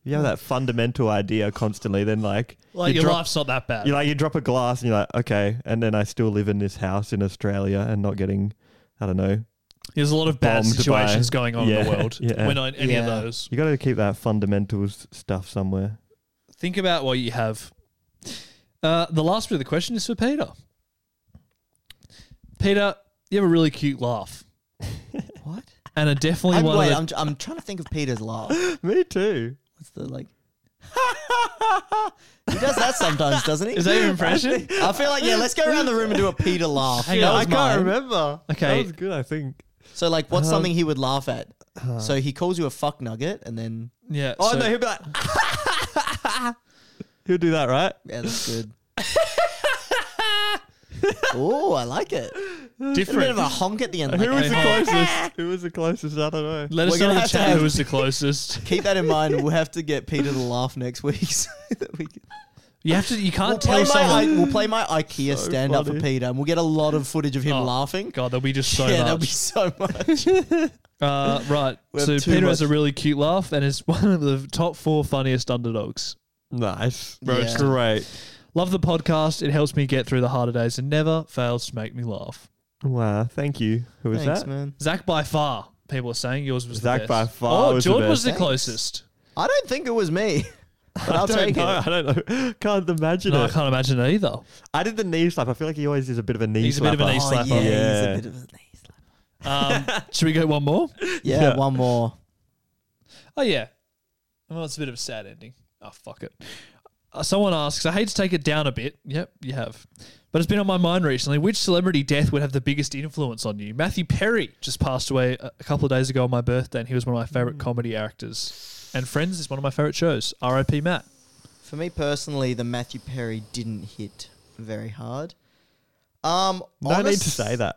Speaker 3: If you have that fundamental idea constantly, then like,
Speaker 2: Like
Speaker 3: you
Speaker 2: your
Speaker 3: drop-
Speaker 2: life's not that bad.
Speaker 3: You like you drop a glass and you're like, okay, and then I still live in this house in Australia and not getting, I don't know.
Speaker 2: There's a lot of bad
Speaker 3: Bombed by-
Speaker 2: situations going on in the
Speaker 3: Yeah,
Speaker 2: world.
Speaker 3: yeah.
Speaker 2: We're not in any
Speaker 4: Yeah.
Speaker 2: of those.
Speaker 3: You got to keep that fundamentals stuff somewhere.
Speaker 2: Think about what you have. Uh, the last bit of the question is for Peter. Peter, you have a really cute laugh,
Speaker 4: What?
Speaker 2: and are definitely
Speaker 4: I'm,
Speaker 2: one
Speaker 4: wait,
Speaker 2: of the.
Speaker 4: I'm, I'm trying to think of Peter's laugh.
Speaker 3: Me too.
Speaker 4: What's the like? he does that sometimes, doesn't he?
Speaker 2: is that your impression?
Speaker 4: I feel like yeah. Let's go around the room and do a Peter laugh.
Speaker 2: Hang
Speaker 4: That
Speaker 2: on,
Speaker 4: was
Speaker 3: I can't
Speaker 4: mine.
Speaker 3: remember.
Speaker 2: Okay.
Speaker 3: that was good. I think.
Speaker 4: So like, what's something he would laugh at? so he calls you a fuck nugget, and then
Speaker 2: Yeah.
Speaker 3: Oh
Speaker 2: so-
Speaker 3: no, he'll be like, he'll do that, right?
Speaker 4: yeah, that's good. oh, I like it. A bit of
Speaker 2: different.
Speaker 4: a honk at the end.
Speaker 3: Who
Speaker 4: Like,
Speaker 3: was the closest? Who was the closest? I don't know.
Speaker 2: Let us
Speaker 4: We're
Speaker 2: know
Speaker 4: gonna
Speaker 2: in the
Speaker 4: have to
Speaker 2: chat
Speaker 4: have-
Speaker 2: who was the closest.
Speaker 4: keep that in mind. We'll have to get Peter to laugh next week. So that we can-
Speaker 2: You have to. You can't
Speaker 4: We'll play,
Speaker 2: tell
Speaker 4: my, I-
Speaker 2: someone.
Speaker 4: we'll play my IKEA stand up for
Speaker 3: funny.
Speaker 4: Peter, and we'll get a lot of footage of him
Speaker 2: Oh,
Speaker 4: laughing.
Speaker 2: God, that'll be just so
Speaker 4: yeah,
Speaker 2: much.
Speaker 4: that'll be so much.
Speaker 2: Uh, right.
Speaker 4: We have
Speaker 2: So
Speaker 4: too
Speaker 2: Peter has a
Speaker 4: much-
Speaker 2: really cute laugh and is one of the top four funniest underdogs.
Speaker 3: Nice,
Speaker 4: Bro, it's Yeah.
Speaker 3: great.
Speaker 2: Love the podcast. It helps me get through the harder days and never fails to make me laugh.
Speaker 3: Wow, thank you. Who was
Speaker 4: Thanks,
Speaker 3: that?
Speaker 4: man.
Speaker 2: Zach by far, people are saying yours was
Speaker 3: Zach
Speaker 2: the best.
Speaker 3: by far
Speaker 2: Oh,
Speaker 3: was the
Speaker 2: Jordan
Speaker 3: best.
Speaker 2: was the
Speaker 4: Thanks.
Speaker 2: closest.
Speaker 4: I don't think it was me, but I'll
Speaker 3: I don't
Speaker 4: take
Speaker 3: know.
Speaker 4: it.
Speaker 3: I don't know. Can't imagine
Speaker 2: No, I
Speaker 3: it.
Speaker 2: can't imagine it either.
Speaker 3: I did the knee slap. I feel like he always is a bit of a knee
Speaker 2: He's a
Speaker 3: slap.
Speaker 2: bit of a knee slap.
Speaker 4: Oh, yeah,
Speaker 3: Yeah.
Speaker 4: he's a bit of a
Speaker 2: Um, should we go one more?
Speaker 4: Yeah, one more.
Speaker 2: Oh yeah. Well, it's a bit of a sad ending. Oh fuck it. Uh, someone asks, I hate to take it down a bit. Yep, you have. But it's been on my mind recently. Which celebrity death would have the biggest influence on you? Matthew Perry just passed away a a couple of days ago on my birthday, and he was one of my favorite comedy actors. And Friends is one of my favorite shows. R.I.P. Matt.
Speaker 4: For me personally, the Matthew Perry didn't hit very hard. Um,
Speaker 3: No need
Speaker 4: honest-
Speaker 3: to say that.